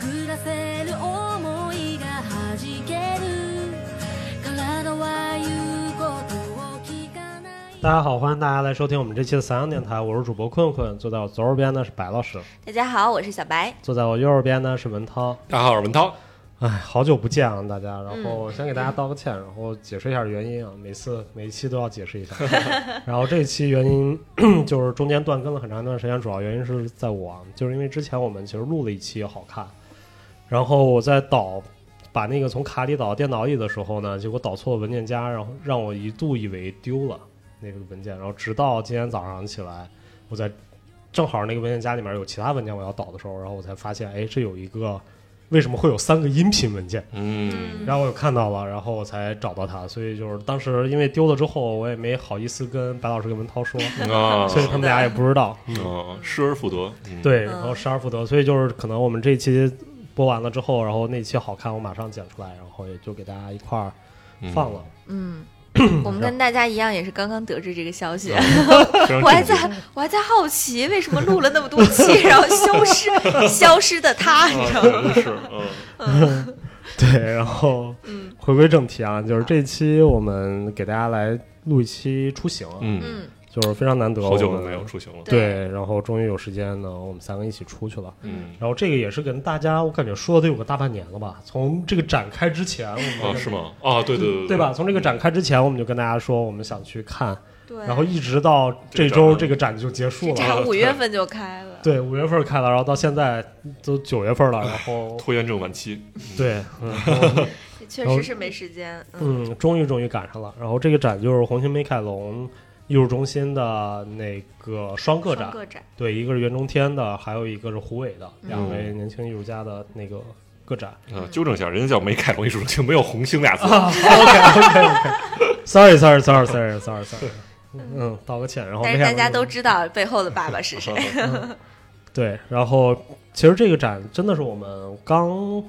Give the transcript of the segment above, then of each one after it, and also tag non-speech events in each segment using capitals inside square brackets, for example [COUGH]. ぐらせる想いがはじける体は言うことを聞かない大家好，欢迎大家来收听我们这期的散养电台，我是主播困困，坐在我左手边的是白老师，大家好，我是小白。坐在我右手边呢是文涛。大家好，我是文涛。哎，好久不见啊，大家。然后先给大家道个歉，然后解释一下原因啊。每次每一期都要解释一下。然后这一期原因 [COUGHS] 就是中间断更了很长一段时间，主要原因是在我啊，就是因为之前我们其实录了一期好看，然后我在导把那个从卡里导到电脑里的时候呢，结果导错了文件夹，然后让我一度以为丢了那个文件，然后直到今天早上起来，我在正好那个文件夹里面有其他文件我要导的时候，然后我才发现，哎，这有一个。为什么会有三个音频文件？嗯，然后我看到了，然后我才找到它。所以就是当时因为丢了之后，我也没好意思跟白老师跟文涛 [LAUGHS] 说，嗯啊，所以他们俩也不知道。嗯，失而复得，嗯，对，然后失而复得，所以就是可能我们这一期播完了之后，然后那期好看，我马上剪出来，然后也就给大家一块儿放了。嗯，我们跟大家一样，也是刚刚得知这个消息，非常我还 [LAUGHS] 震在我还在好奇，为什么录了那么 [LAUGHS] 多期，然后消失消失的他，哦你知道吗？惊啊是，[LAUGHS] 嗯，对，然后回归正题啊，就是这期我们给大家来录一期出行啊， [LAUGHS] 嗯，嗯，就是非常难得，好久我都们没有出行了，对，然后终于有时间呢，我们三个一起出去了。嗯，然后这个也是跟大家，我感觉说了得有个大半年了吧。从这个展开之前，我们就啊，跟是？吗？啊，对对对对吧？？从这个展开之前，我们就跟大家说我们想去看，对。然后一直到这周这个展就结束了。展五月份就开了，对，五月份开了，然后到现在都九月份了，啊然后拖延症晚期，对，然后确实是没时间。嗯，嗯，终于终于赶上了。然后这个展就是红星美凯龙艺术中心的那个双个展双，个展，对，一个是袁中天的，还有一个是胡伟的，嗯两位年轻艺术家的那个个 [LAUGHS] 展。啊，纠正一下，人家叫梅凯龙艺术中心，没有红星俩字，啊 OK OK [LAUGHS] OK。Sorry Sorry Sorry Sorry Sorry Sorry。嗯，道个歉。然后但没是想大到家都知道背后的爸爸 [LAUGHS] 是谁。对，然后其实这个展真的是我们刚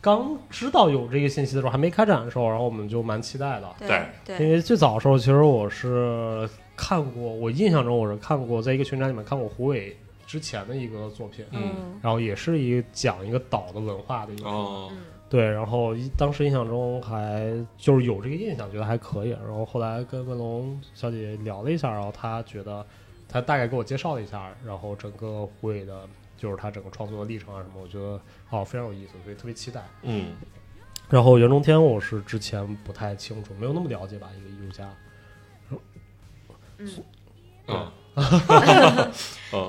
刚知道有这个信息的时候，还没开展的时候，然后我们就蛮期待的。对对因为最早的时候，其实我是看过，我印象中我是看过，在一个群展里面看过胡伟之前的一个作品， [LAUGHS] 嗯然后也是一个讲一个岛的文化的一个哦，嗯对，然后一当时印象中还就是有这个印象，觉得还可以。然后后来跟文龙小姐聊了一下，然后她觉得，她大概给我介绍了一下，然后整个胡伟的，就是他整个创作的历程啊什么，我觉得哦非常有意思，所以特别期待。嗯，然后袁中天我是之前不太清楚，没有那么了解吧，一个艺术家。嗯啊，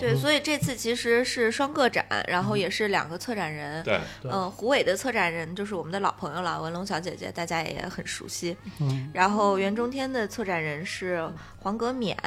对，所以这次其实是双个展，然后也是两个策展人，对，对嗯，胡伟的策展人就是我们的老朋友了，文龙小姐姐，大家也很熟悉。嗯然后袁中天的策展人是黄格冕，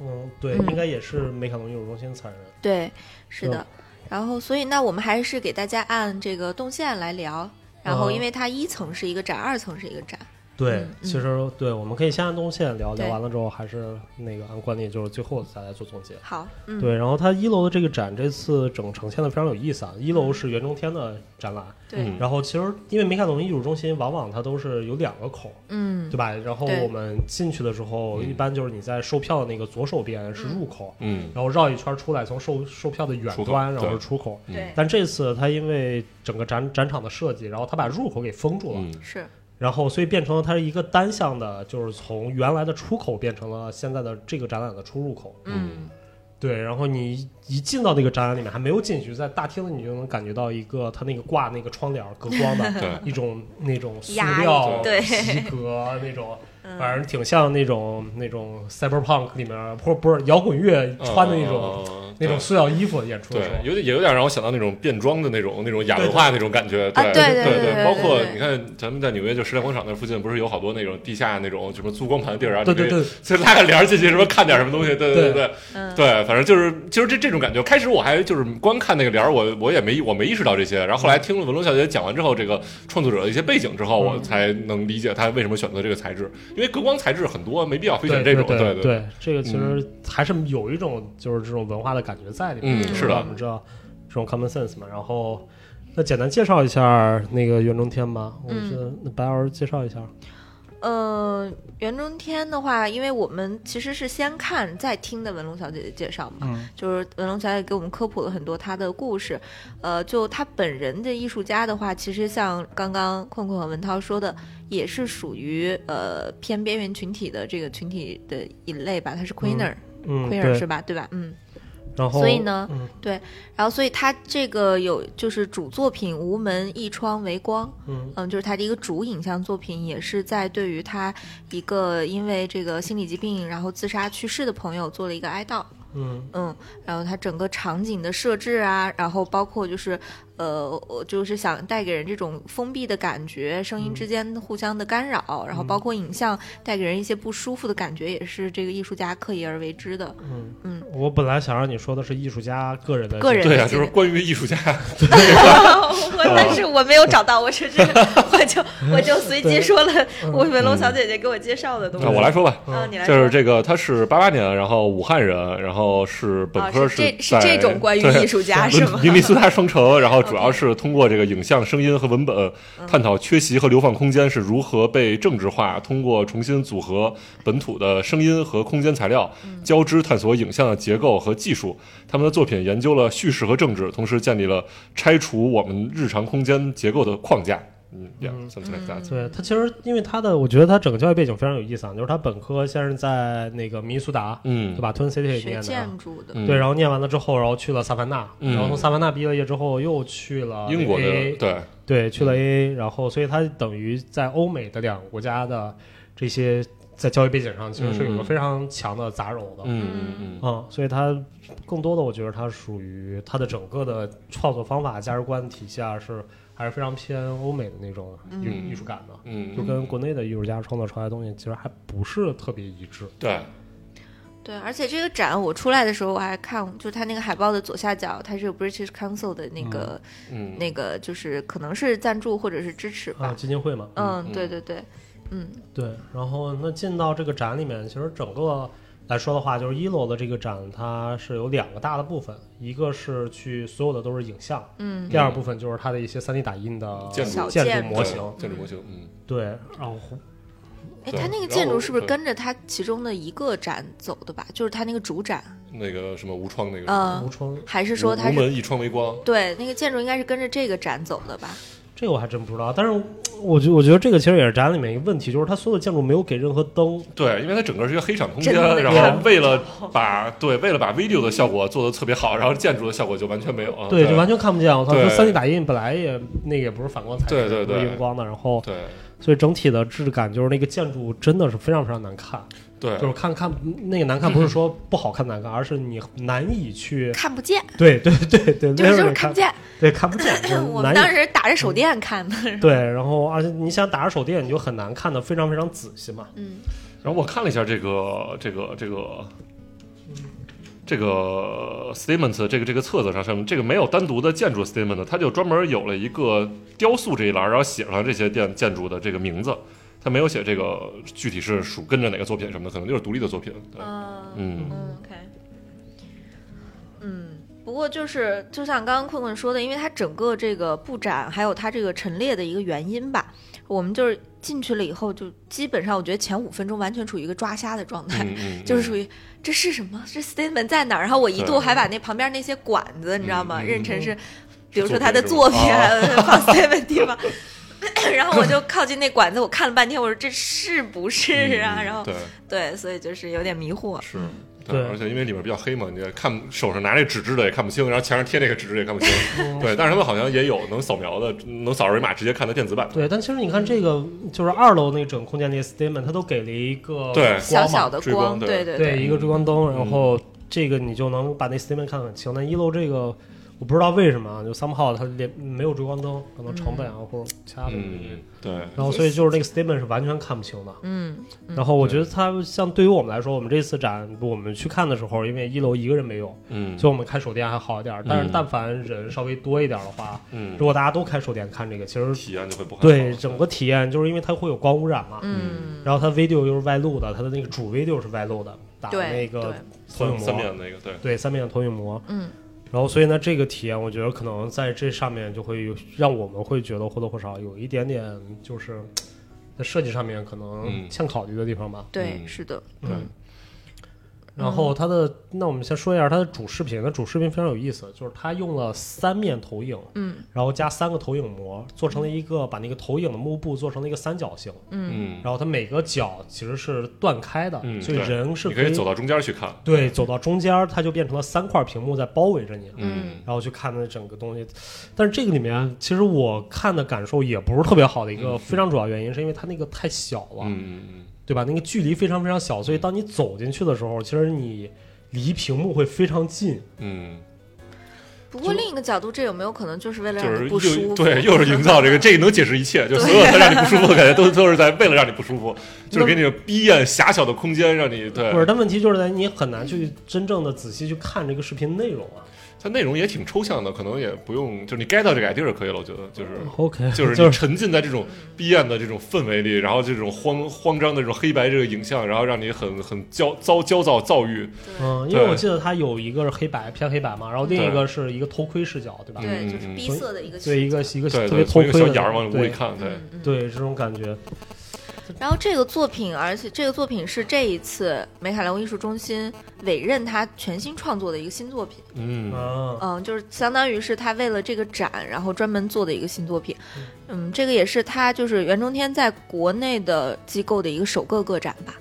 嗯，对，嗯应该也是美凯龙艺术中心参人。对，是是的。然后，所以那我们还是给大家按这个动线来聊。然后，因为它一层是一个展，二层是一个展。对，嗯其实对，我们可以先按东线聊，聊对完了之后还是那个按惯例，就是最后再来做总结。好，嗯，对，然后它一楼的这个展这次整呈现的非常有意思啊。一楼是袁中天的展览，对，嗯然后其实因为梅凯龙艺术中心往往它都是有两个口，嗯对，吧？然后对我们进去的时候，嗯一般就是你在售票的那个左手边是入口，嗯，然后绕一圈出来，从售售票的远出口端，然后对是出口。嗯对，但这次它因为整个展展场的设计，然后它把入口给封住了，嗯，是，然后所以变成了它是一个单向的，就是从原来的出口变成了现在的这个展览的出入口。嗯，对，然后你一一进到那个展览里面，还没有进去，在大厅里你就能感觉到一个它那个挂那个窗帘儿隔光的对一 [LAUGHS] 种那种塑压料力对嗯皮 [LAUGHS] 革那种，反正挺像那种那种 cyberpunk 里面儿或不是摇滚乐穿的那嗯种、种那种塑料衣服演出的时对，候，有点也有点让我想到那种变装的那种那种亚文化那种感觉，对对对对对对包括对你看咱们在纽约就时代广场那附近，不是有好多那种地下那种什么租光盘的地儿，然啊后对你可以对就拉个帘儿进去，什么看点什么东西，对对对对嗯对，反正就是就是这这种感觉。开始我还就是光看那个帘儿，我我也没我没意识到这些，然后后来听了文龙小姐讲完之后，这个创作者的一些背景之后，我才能理解他为什么选择这个材质，因为隔光材质很多没必要非选对这种，对对，对，这个其实还是有一种就是这种文化的感觉在里面。嗯就是的我们知道这种 common sense 嘛。然后，那简单介绍一下那个袁中天吧。我嗯觉得那白老师介绍一下。呃，袁中天的话，因为我们其实是先看再听的文龙小姐姐介绍嘛，嗯就是文龙小姐给我们科普了很多她的故事。呃，就她本人的艺术家的话，其实像刚刚困困和文涛说的，也是属于呃偏边缘群体的这个群体的一类吧，她是 queener，queener、嗯，是对，吧？对吧？嗯。然后所以呢嗯然后，所以她这个有就是主作品《无门一窗为光》，嗯嗯，就是他的一个主影像作品，也是在对于他一个因为这个心理疾病然后自杀去世的朋友做了一个哀悼。嗯嗯，然后他整个场景的设置啊，然后包括就是，呃，我就是想带给人这种封闭的感觉，声嗯音之间互相的干扰，然后包括影像带给人一些不舒服的感觉，也是这个艺术家刻意而为之的。嗯嗯，我本来想让你说的是艺术家个人的个人对呀、的就是关于艺术家， [LAUGHS] 我但是我没有找到，我只是我就我就随机说了我文龙小姐姐给我介绍的东西。啊嗯我来说吧。啊，你来就说是这个，他是八八年，然后武汉人，然后是本啊，科是这是在这种关于对艺术家是伦 [LAUGHS] 吗？明尼苏达双城，然后主要是通过这个影像、声音和文本，嗯探讨缺席和流放空间是如何被政治化，通过重新组合本土的声音和空间材料，嗯交织探索影像的结构和技术。他们的作品研究了叙事和政治，同时建立了拆除我们日常空间结构的框架。嗯，Yeah, something like that。对他其实，因为他的，我觉得他整个教育背景非常有意思啊，就是他本科先是在那个明尼苏达，嗯对吧？Twin City 学念的啊建，筑的，嗯对，然后念完了之后，然后去了萨凡纳，嗯然后从萨凡纳毕了业之后又去了英国的 AA 对，嗯对，去了 AA，然后所以他等于在欧美的两个国家的这些在教育背景上，其实是有嗯个嗯非常强的杂糅的。嗯嗯嗯。嗯，所以他更多的，我觉得他属于他的整个的创作方法、价值观体系啊，是还是非常偏欧美的那种艺、嗯艺术感的，嗯，就跟国内的艺术家创作出来的东西其实还不是特别一致。对，对，而且这个展我出来的时候我还看，就是它那个海报的左下角，它是有 British Council 的那个、嗯，那个，就是可能是赞助或者是支持啊，吧。基金会嘛，嗯，嗯对对对，嗯，对。然后那进到这个展里面，其实整个来说的话，就是一楼的这个展，它是有两个大的部分，一个是去所有的都是影像，嗯，第二部分就是它的一些 3D 打印的建筑建小筑建模型。对建筑模型，嗯，对，然后哎，对它那个然建后筑是不是对跟着它其中的一个展走的吧？就是它那个主展，那个什么无窗那个，嗯无，窗还是无说它无是门一窗为光，对那个建筑应该是跟着这个展走的吧？这个我还真不知道，但是我觉我觉得这个其实也是展览里面一个问题，就是它所有的建筑没有给任何灯，对，因为它整个是一个黑场空间，真的然对后为了把对为了把 video 的效果做得特别好，然后建筑的效果就完全没有啊。对，就完全看不见。我操，对就三 D 打印本来也那个也不是反光材质，对对对不是荧光的，然后对所以整体的质感就是那个建筑真的是非常非常难看，对就是看看那个难看不是说不好看难看，而是你难以去看不见，对对对对，没就是就有是人看看不，见。对看不 [LAUGHS] 见，就是我们难当以。时打着手电看的，是吧对，然后而且你想打着手电，你就很难看的非常非常仔细嘛。 [LAUGHS] 嗯，然后我看了一下这个这个这个这个 statement 这个这个册子上上面这个没有单独的建筑 statement，它就专门有了一个雕塑这一栏，然后写上这些建建筑的这个名字，它没有写这个具体是属跟着哪个作品什么的，可能就是独立的作品。对嗯嗯嗯，OK，嗯，不过就是就像刚刚困困说的，因为它整个这个布展还有它这个陈列的一个原因吧，我们就是进去了以后，就基本上我觉得前五分钟完全处于一个抓瞎的状 [LAUGHS] 态。嗯嗯，就是属于于这是什么？这 statement 在哪儿？然后我一度对还把那旁边那些管子，你知道吗？嗯嗯认成是，比是如说作他的品作是哦吧品还有放 statement 地方。 [COUGHS] 然后我就靠近那管子，我看了半天，我说这是不是啊？然后对。对，所以就是有点迷糊。是，对而且因为里面比较黑嘛，你也看不手上拿这纸质的也看不清，然后墙上贴那个纸质也看不清。对，但是他们好像也有能扫描的，能扫二维码直接看的电子版。对，但其实你看这个，就是二楼那整个空间那 statement，它都给了一个对嗯光小嘛小的追光对对对，一个追光灯，然后这个你就能把那 statement 看得很清。但一楼这个我不知道为什么啊，就 somehow 它连没有追光灯，可能嗯成本啊、或者其他的原因。嗯，对，然后所以就是那个 statement 是完全看不清的。嗯，然后我觉得它像对于我们来说，我们这次展我们去看的时候，因为一楼一个人没有，嗯，所以我们开手电还好一点。但是嗯但凡人稍微多一点的话，嗯如，果大家都开手电看这个，其嗯实体验就会不好。对整个体验就是因为它会有光污染嘛。嗯，然后它 video 又是外露的，它的那个主 video 是外露的，打的对那对个投影膜，三三面那个，对，对三面的投影膜。嗯，然后所以呢，这个体验我觉得可能在这上面就会有让我们会觉得或多或少有一点点就是在设计上面可能嗯欠考虑的地方吧。对，嗯是的，对。然后它的，那我们先说一下它的主视频。它主视频非常有意思，就是它用了三面投影，嗯，然后加三个投影膜，做成了一个把那个投影的幕布做成了一个三角形，嗯，然后它每个角其实是断开的，嗯所以对人是你可以走到中间去看，对走到中间儿，它就变成了三块屏幕在包围着你，嗯然后去看的整个东西。但是这个里面，其实我看的感受也不是特别好的一个嗯非常主要原因，是因为它那个太小了，嗯对吧？那个距离非常非常小，所以当你走进去的时候，其实你离屏幕会非常近。嗯不过另一个角度，这有没有可能就是为了嗯，让你不就舒是服？又对，又是营 [LAUGHS] 造这个，这能解释一切，就所有的让你不舒服的感觉都都是在为了让你不舒服，就是给你逼眼狭小的空间，让你对不。是，但问题就是在你很难去真正的仔细去看这个视频内容啊。它内容也挺抽象的，可能也不用，就是你 get 到这个 idea 就可以了，我觉 [LAUGHS] 得就是。 OK，就是就你是沉浸在这种逼眼的这种氛围里，然后这种慌慌张的这种黑白这个影像，然后让你很很焦焦焦躁躁郁。嗯，因为对我记得它有一个是黑白偏黑白嘛，然后另一个是一个头盔视角，对吧？嗯对，就是逼色的一个对，区嗯一个一个对特别对，头从一盔个的小眼儿往屋里对看，对，对这种感觉，然后这个作品，而且这个作品是这一次美凯龙艺术中心委任他全新创作的一个新作品，嗯啊，嗯，就是相当于是他为了这个展，然后专门做的一个新作品，嗯，这个也是他就是袁中天在国内的机构的一个首个个展吧，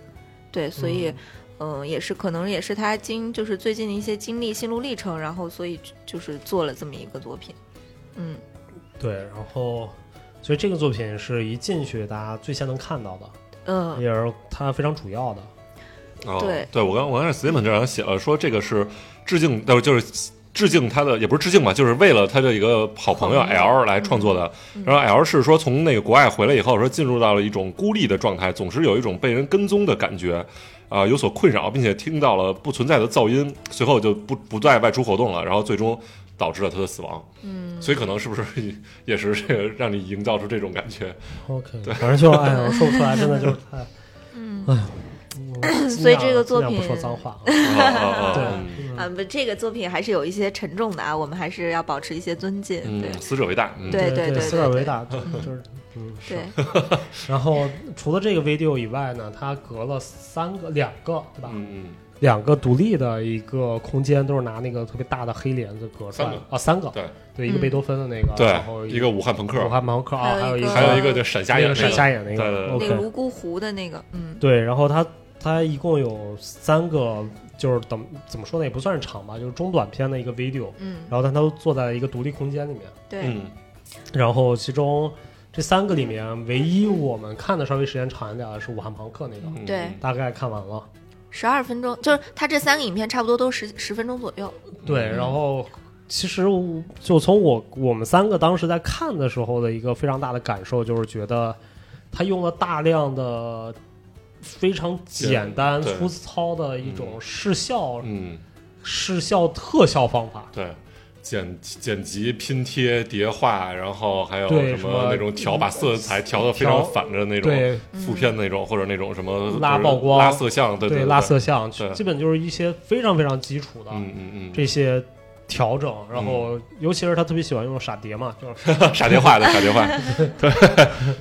对，所以。嗯也是，可能也是他经就是最近的一些经历、心路历程，然后所以就是做了这么一个作品，嗯，对，然后所以这个作品是一进去大家最先能看到的，嗯，也是它非常主要的。哦对对我刚我刚是 statement 这上写了说这个是致敬，呃，就是致敬他的，也不是致敬吧，就是为了他的一个好朋友好朋友嗯 L 来创作的。然后 L 是说从那个国外回来以后，说进入到了一种孤立的状态，总是有一种被人跟踪的感觉。啊、有所困扰，并且听到了不存在的噪音，随后就不不再外出活动了，然后最终导致了他的死亡。嗯，所以可能是不 [LAUGHS] 是也也是这个让你营造出这种感 [LAUGHS] 觉？ OK，反正就是哎呀，我说不出来，真的就是太，哎呀， [COUGHS] 我嗯所以尽量这个作尽量品不说脏话啊，啊啊啊！对嗯，啊，不，这个作品还是有一些沉重的啊，我们还是要保持一些尊敬。对嗯，死者为大。嗯，对对对对斯对尔维对达就就是嗯是。对，然后除了这个 video 以外呢，它隔了三个两个对吧？嗯嗯，两个独立的一个空间，都是拿那个特别大的黑帘子隔出来的三个啊，三个对对，一个贝多芬的那个，然后对，一个武汉朋克武，汉毛克啊，嗯还有有一一个还有一个个就闪瞎那眼个那闪个瞎眼那对对个对那个，OK，泸沽湖的那个，嗯，对，然后它它一共有三个，就是怎么怎么说呢，也不算是长吧，就是中短篇的一个 video，嗯，然后但它都坐在一个独立空间里面，对，嗯然后其中这三个里面，唯一我们看的稍微时间长一点的是武汉朋克那个，嗯对大概看完了，十二分钟，就是它这三个影片差不多都十十分钟左右。嗯对，然后其实我就从我我们三个当时在看的时候的一个非常大的感受，就是觉得他用了大量的非常简单对对粗糙的一种视效、嗯，视效特效方法。对。剪剪辑、拼贴、叠画，然后还有对什什么么那种调把色彩调的非常调反着那种对负片那种，或者那种什么拉就是曝光拉色像，对对，拉色像，对基本就是一些非常非常基础的嗯嗯嗯，这些调整。然后，尤其是他特别喜欢用傻碟嘛，就是 [LAUGHS] 傻电话的傻 [LAUGHS] 电话，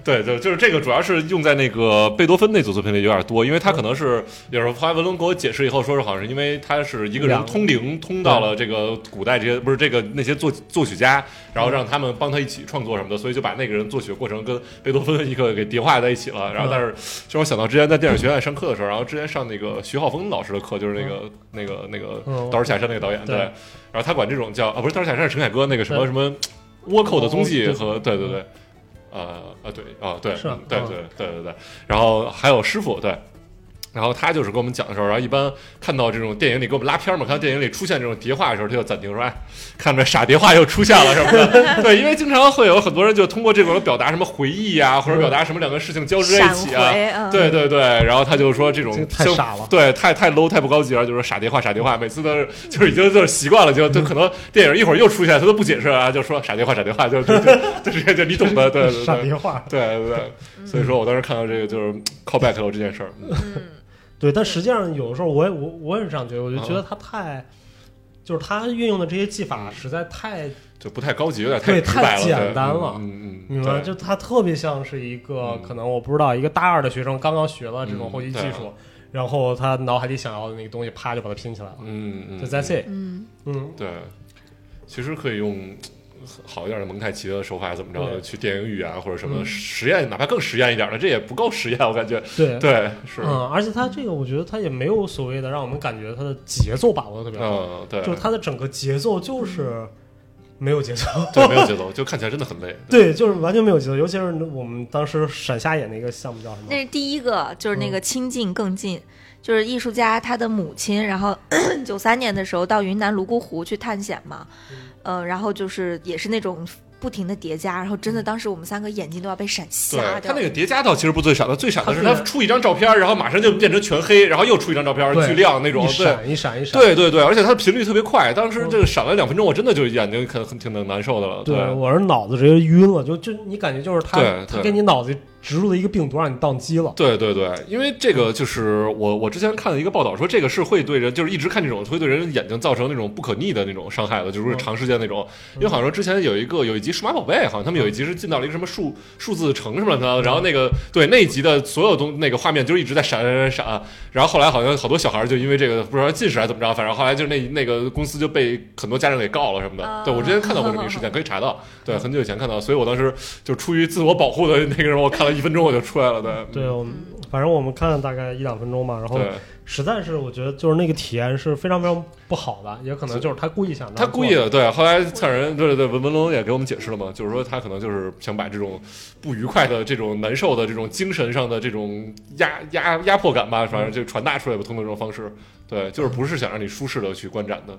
对对，就就是这个，主要是用在那个贝多芬那组作品里有点多，因为他可能是有时候后来文龙给我解释以后，说是好像是因为他是一个人两通灵通到了这个古代这些不是这个那些作作曲家，然后让他们帮他一起创作什么的，所以就把那个人作曲的过程跟贝多芬一个给叠化在一起了。然后但嗯是就我想到之前在电影学院上课的时候，然后之前上那个徐浩峰老师的课，就是那个那个那个嗯刀儿下山那个导演对对。然后他管这种叫啊，不是刀儿下山是陈凯歌那个什么对什么倭寇的踪迹哦和对对对对，呃啊对啊对是啊对嗯对对对对，然后还有师傅对。然后他就是跟我们讲的时候，然后一般看到这种电影里给我们拉片嘛，看到电影里出现这种叠画的时候，他就暂停说：“哎，看着傻叠画又出现了什么的。” [LAUGHS] 对，因为经常会有很多人就通过这种表达什么回忆呀、或者表达什么两个事情交织在一闪起啊， [LAUGHS] 回，嗯，对对对，然后他就说这种这个太像傻了对，太太 low 太不高级了，就是傻叠话傻叠话，每次都是就是已经就是习惯了，就就可能电影一会儿又出现，他都不解释啊，就说傻叠话傻叠话，就就就就是就你懂的， [LAUGHS] 对对傻对碟话。对对对，所以说我当时看到这个就是 callback 了我这件事儿，对，但实际上有的时候我也我我也是这样觉得，我就嗯觉得他太，嗯就是他运用的这些技法实在太，就不太高级，有点对直白太了，简单了嗯嗯嗯。明白？对就它特别像是一个嗯可能我不知道一个大二的学生刚刚学了这种嗯后期技对啊术，然后他脑海里想要的那个东西，啪就把它拼起来了。嗯嗯，就 that's it。嗯，嗯，对，其实可以用好一点的蒙太奇的手法，怎么着的对去电影语言或者什么嗯实验，哪怕更实验一点的，这也不够实验，我感觉。对。对，是，嗯，而且它这个，我觉得它也没有所谓的让我们感觉它的节奏把握的特别好，嗯，对，就是它的整个节奏就是没有节奏， [LAUGHS] [LAUGHS] 对，没有节奏，就看起来真的很累。对，就是完全没有节奏。尤其是我们当时闪瞎眼的一个项目叫什么那？是第一个，就是那个嗯亲近更近，就是艺术家他的母亲，然后 [CLEARS THROAT] 九三年的时候到云南泸沽湖去探险嘛，嗯呃，然后就是也是那种不停的叠加，然后真的当时我们三个眼睛都要被闪嗯对瞎他掉那。个叠加倒其实不最傻的，最傻的是他他不是出一张照片，然后马上就变成全黑，然后又出一张照片对巨亮那种一，对，闪一闪一闪。对对对，而且它的频率特别快，当时这个闪了两分钟，我真的就眼睛很很挺能难受的了。对，对我是脑子直接晕了，就就你感觉就是对他对他给你脑子植入了一个病毒，让你宕机了。对对对，因为这个就是我我之前看了一个报道说，这个是会对人就是一直看这种会对人眼睛造成那种不可逆的那种伤害的，就是嗯长时间那种。因为好像说之前有一个有一集数码宝贝，好像他们有一集是进到了一个什么数数字城什么的，然后那个对那一集的所有东那个画面就是一直在闪闪闪闪，然后后来好像好多小孩就因为这个不知道近视还是怎么着，反正后来就那那个公司就被很多家长给告了什么的哦啊。对我之前看到过这么一个事件，可以查到，嗯对，很久以前看到，所以我当时就出于自我保护的那个人，我看了一分钟我就出来了，对对，我们反正我们看了大概一两分钟吧，然后嗯对。实在是我觉得就是那个体验是非常非常不好的，也可能就是他故意想让他你故做意的，对。后来策展人对对对，文文龙也给我们解释了嘛，就是说他可能就是想把这种不愉快的、这种难受的、这种精神上的这种压压压迫感吧，反正就传达出来吧，通过这种方式。对，就是不是想让你舒适的去观展的。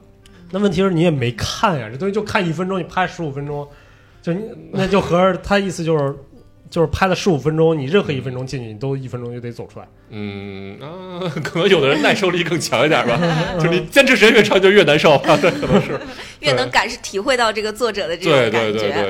那问题是你也没看呀，这东西就看一分钟，你拍十五分钟，就你那就合着他意思就是就是拍了十五分钟，你任何一分钟进去，你都一分钟就得走出来。嗯啊，可能有的人耐受力更强一点 [LAUGHS] 吧，就是你坚持时间越长就越难受啊吧，对，可能是，越能感是体会到这个作者的这种感对对对对觉，对，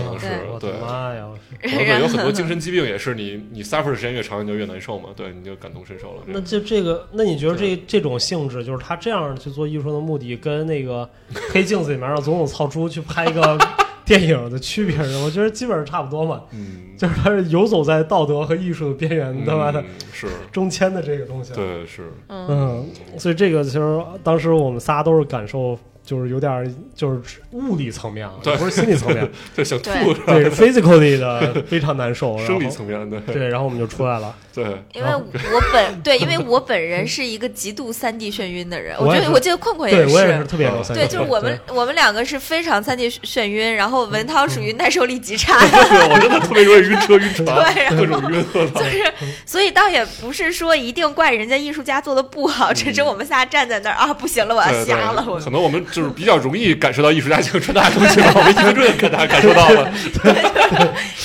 嗯，可能是我对的。妈呀！可能有 [LAUGHS] 很多精神疾病也是你你 suffer 的时间越长你就越难受嘛，对，你就感同身受了。这那样就这个，那你觉得这这种性质，就是他这样去做艺术的目的，跟那个黑镜子里面让总统操出去拍一 [LAUGHS] 个电影的区别是，我觉得基本上差不多嘛，嗯，就是他是游走在道德和艺术的边缘，他妈的嗯是，中间的这个东西。，啊对是， [LAUGHS] 嗯，所以这个其实当时我们仨都是感受，就是有点儿就是物理层面啊，对不是心理层 [LAUGHS] 面，就想吐对是吧？对 physically 的非常难受，然生理后层面的，对，然后我们就出来了。对， [LAUGHS] 因为我本对，因为我本人是一个极度三 D 眩晕的人，我我觉也是得我记得困困对是，我也是特别有对 [LAUGHS] 三对，角就形是我们我们两个是非常三 D 眩晕，然后文涛属于耐受力极差， [LAUGHS] 对我真的特别容易晕车晕船，对各种晕，我操！ [LAUGHS] 所以倒也不是说一定怪人家艺术家做的不好，只是我们仨站在那儿啊，不行了，我要对瞎了，我对，可能我们就是比较容易感受到艺术家性传达的东西吧，我们一分钟就感达感受到 [LAUGHS] 了，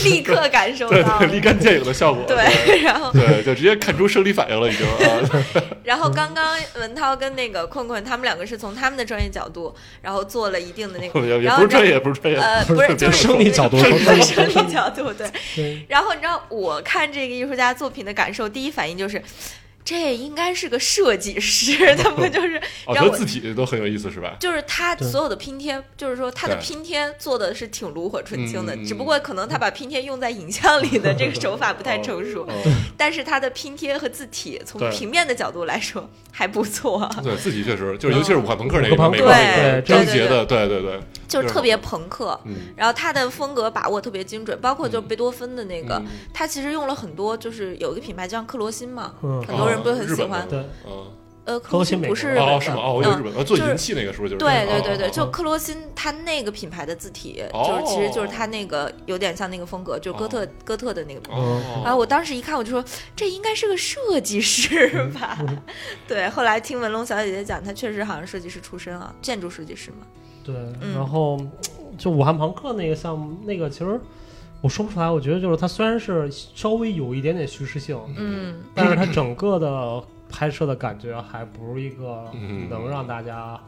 立刻感受对到对，了。立竿见影的效果，对， [LAUGHS] 然后对对，就直接看出生理反应了，已经 [LAUGHS] 啊，然后刚刚文涛跟那个困困他们两个是从他们的专业角度，然后做了一定的那个，也也然不后是专业，也不是专业，呃不是就是生理角度生生理理生理角度对。对然后你知道我看这个艺术家作品的感受，第一反应就是， [SNIFFS] 这应该是个设计师， [LAUGHS] 他们就是我觉然后得我字体都很有意思，是吧？ [LAUGHS] 就是他对所有的拼贴，就是说他的对拼贴做的是挺炉火纯青的嗯嗯，嗯只不过可能他把拼贴用在影像里的这个手法不太成熟，哦但是他的拼贴和字体从对平面的角度来说还不错， [LAUGHS] 对，字体确实就是，尤其是嗯武汉朋克那武汉个朋美克国那对个张对杰的，对对对，就是特别朋克。嗯，然后他的风格把握特别精准，包括就是贝多芬的那个嗯，他其实用了很多，就是有一个品牌叫克罗心嘛，嗯很多人不是哦很日喜本的欢吗。对嗯，呃，克罗罗心心美不国是日本的哦，是吗？哦，我以为嗯日本的做就是银器那个是不是就是？对哦对对对，哦就哦克罗心他那个品牌的字体，哦就是其实就是他那个有点像那个风格，就哥特哥特的那个。嗯哦，啊然后我当时一看，我就说这应该是个设计师吧？哦 [LAUGHS] 对，后来听文龙小姐姐讲，她确实好像设计师出身啊，建筑设计师嘛。对，嗯然后就武汉朋克那个项目，那个其实我说不出来，我觉得就是它虽然是稍微有一点点叙事性，嗯，但是它整个的拍摄的感觉还不是一个嗯能让大家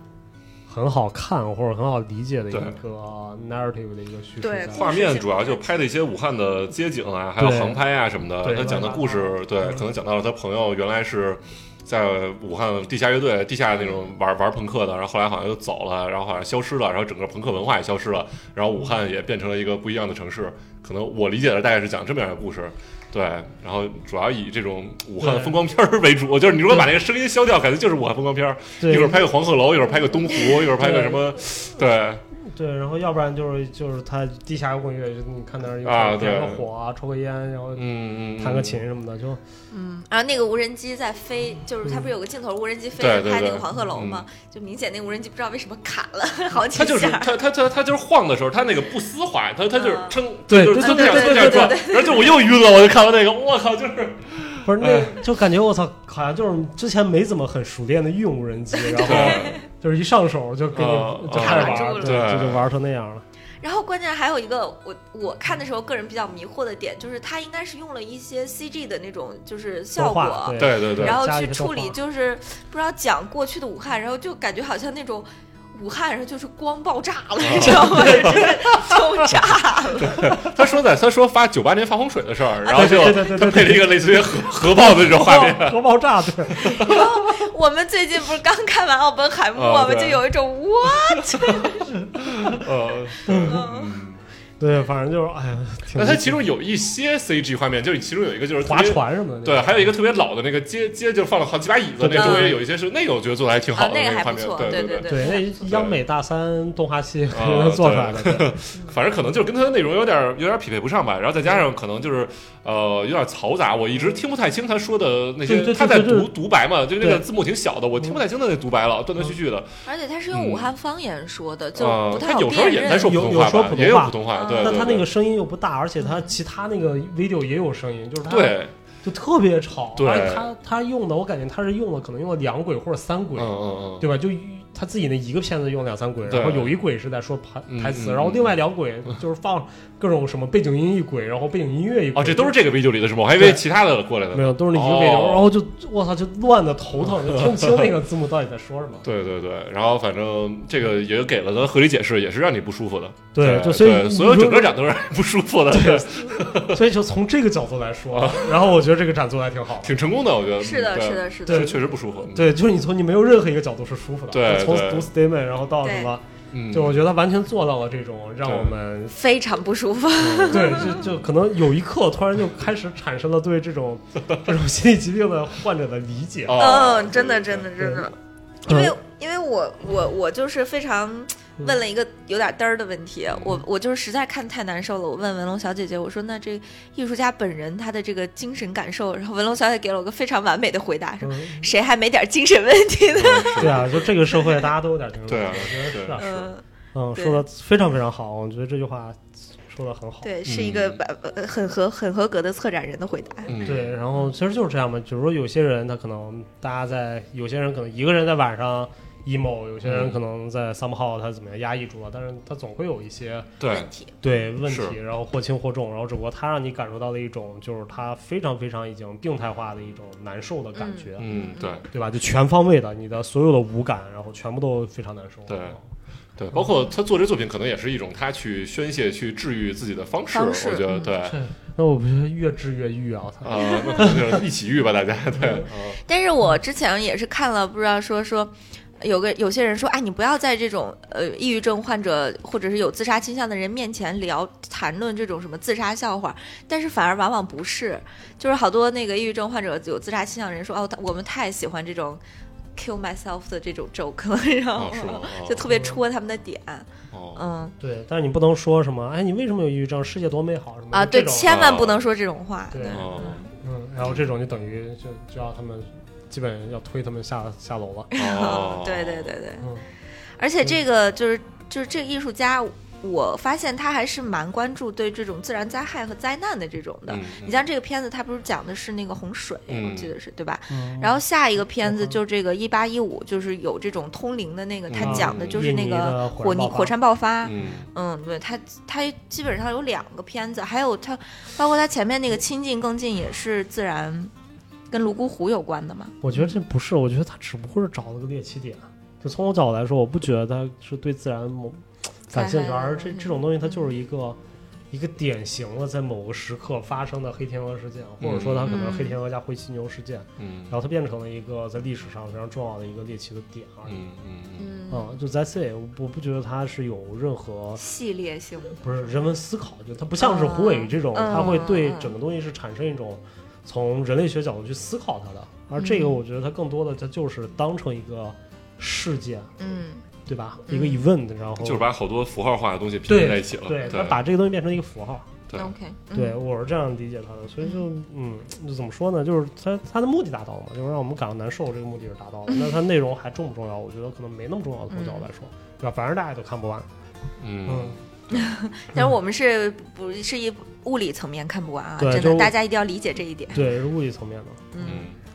很好看或者很好理解的一对个 narrative 的一个叙事对在。画面主要就拍的一些武汉的街景啊，还有对航拍啊什么的。对他讲的故事，对，嗯可能讲到了他朋友原来是。在武汉地下乐队、地下那种玩玩朋克的，然后后来好像又走了，然后好像消失了，然后整个朋克文化也消失了，然后武汉也变成了一个不一样的城市。可能我理解的大概是讲这么样的故事。对，然后主要以这种武汉风光片儿为主，就是你如果把那个声音消掉，感觉就是武汉风光片儿。对一会儿拍个黄鹤楼，一会儿拍个东湖，一会儿拍个什么，对，对，然后要不然就是就是他地下摇滚乐，就你看那儿有啊对点个火啊，抽个烟，然后嗯，嗯弹个琴，什么的，就嗯，然后那个无人机在飞，就是它不是有个镜头，无人机飞嗯对着对拍那对个黄鹤楼吗？就明显那个无人机不知道为什么卡了 [LAUGHS] 好几他就是下。他他他他就是晃的时候，他那个不丝滑，他他就是啊撑，对就是嗯对就对这样对这对样转，对然后就我又晕了，我就看到那个，我靠，就是不是哎那就感觉我操，好像就是之前没怎么很熟练的运无人机，然后对 [LAUGHS] 就是一上手就给你啊就开始卡玩住儿，了对，对就就玩成那样了。然后关键还有一个我我看的时候个人比较迷惑的点，就是它应该是用了一些 CG 的那种就是效动画果，对对对然后加一去些处动理画就是不知道讲过去的武汉，然后就感觉好像那种。武汉，然后就是光爆炸哦了，你知道吗？就是就炸了，他说在他说发九八年发洪水的事儿，然后对就对对对对他对配了一个类似于核核爆的这种画面，核爆炸，对， [LAUGHS] 我们最近不是刚看完《奥本海默》啊我们对就有一种 what？呃，嗯，对，反正就是哎呀，挺 [LAUGHS] 那它其中有一些 CG 画面，就是其中有一个就是特划别。船什么的，对，，还有一个特别老的那个街街，就放了好几把椅子，对那周围嗯有一些是那个，我觉得做的还挺好啊的那个个还画不面错，对对对对对对，那央美大三动画 [LAUGHS] 啊系可能做出来的，对反正可能就是跟他的内容有点有点匹配不上吧，然后再加上可能就是呃有点嘈杂，我一直听不太清他说的那对些，对对他在对对读独白嘛，就那个对字幕挺小的，我听不太清他那独白了，断断续续的。而且它是用武汉方言说的，就呃不，太嗯他好有时候辨也在认。说普有通有话说吧普，通也有话普通话，啊对对但对。他那个声音又不大，而且他其他那个 video 也有声音，就是他对，就特别吵，对而且他他用的我感觉他是用了可能用了两轨或者三嗯轨，嗯嗯，对吧？就他自己那一个片子用两三轨，对然后有一轨是在说台嗯台词，嗯然后另外两轨就是放各种什么背景音一轨，然后背景音乐一轨，哦，这都是就这个 video 里的是吗？我还以为对其他的过来的没呢。有都是那一个背景，哦。然后就我操就乱的头疼，就听不清那个字幕到底在说什么对对对，然后反正这个也给了咱合理解释，也是让你不舒服的。对对，就所以对你所有整说个展都是让你不舒服的，对所以就从这个角度来说，啊然后我觉得这个展做的还挺好的。 [LAUGHS] 挺成功的，我觉得。是的，嗯对是，的，是对的。确实不舒服。对，就是你从你没有任何一个角度是舒服的，对就从对读 statement 然后到什么，嗯，就我觉得他完全做到了这种让我们非常不舒服， [LAUGHS] 对，就就可能有一刻突然就开始产生了对这种 [LAUGHS] 这种心理疾病的患者的理解。哦嗯，真的，真的，真的，因为因为我我我就是非常嗯问了一个有点嘚儿的问题，我我就是实在看太难受了，我问文龙小姐姐，我说那这艺术家本人他的这个精神感受，然后文龙小姐给了我个非常完美的回答，说嗯谁还没点精神问题呢？对啊，就这个社会大家都有点这种对啊我觉得 [LAUGHS] 是啊，是啊嗯，嗯，对说的非常非常好，我觉得这句话说的很好。对，是一个嗯把呃很合很合格的策展人的回答。嗯，对，然后其实就是这样嘛，比如说有些人他可能大家在，有些人可能一个人在晚上 emo，有些嗯人可能在 somehow 他怎么样压抑住了，但是他总会有一些对问，题，对问题，是然后或轻或重，然后只不过他让你感受到了一种就是他非常非常已经病态化的一种难受的感觉，嗯，对。对吧？就全方位的，你的所有的五感，然后全部都非常难受。对对，包括他做这作品，可能也是一种他去宣泄、去治愈自己的方式。方式我觉得嗯对，啊、那我不是越治越郁啊！我操，那可能就是一起愈吧，大家嗯对，啊但是我之前也是看了，不知道说说。有个有些人说，哎，你不要在这种呃抑郁症患者或者是有自杀倾向的人面前聊谈论这种什么自杀笑话，但是反而往往不是，就是好多那个抑郁症患者有自杀倾向的人说，哦，他我们太喜欢这种 kill myself 的这种 joke 了，然后哦是吗哦嗯就特别戳他们的点，哦，嗯对，但是你不能说什么，哎，你为什么有抑郁症？世界多美好什么啊，就这对，种千万不能说这种话，对哦，嗯，然后这种就等于就就要他们基本要推他们下下楼了。哦嗯对对对对，嗯而且这个就是就是这个艺术家，我发现他还是蛮关注对这种自然灾害和灾难的这种的。嗯你像这个片子，它不是讲的是那个洪水，嗯我记得是对吧？嗯 [LAUGHS] 然后下一个片子就这个一八一五，就是有这种通灵的那个，他嗯讲的就是那印尼的个火火山爆泥发火山爆发。嗯，嗯，对他，他基本上有两个片子，还有他，包括他前面那个《亲近更近》也是自然跟泸沽湖有关的嘛。我觉得这不是，我觉得他只不过是找了个猎奇点。就从我角度来说，我不觉得他是对自然某灾感兴趣，害而这嗯这种东西它就是一个一个典型的在某个时刻发生的黑天鹅事件，或者说它可能是嗯黑天鹅加灰犀牛事件，嗯然后它变成了一个在历史上非常重要的一个猎奇的点而已。嗯嗯嗯，嗯，就 That's it，我不我不觉得它是有任何系列性不是人文思考，就它不像是胡伟这种，嗯他会对嗯整个东西是产生一种从人类学角度去思考它的，而这个嗯我觉得它更多的它就是当成一个事件，嗯对吧？嗯一个 event，然后就是把好多符号化的东西拼对在一起了，对对，他把这个东西变成一个符号，对，OK，嗯对我是这样理解他的，所以就嗯，就怎么说呢？就是他他的目的达到了嘛，就是让我们感到难受，这个目的是达到嗯了。那它内容还重不重要？我觉得可能没那么重要，从角度来说，对吧？反正大家都看不完，嗯嗯。但是我们是不是以物理层面看不完啊？对真就的，大家一定要理解这一点。对，是物理层面的。嗯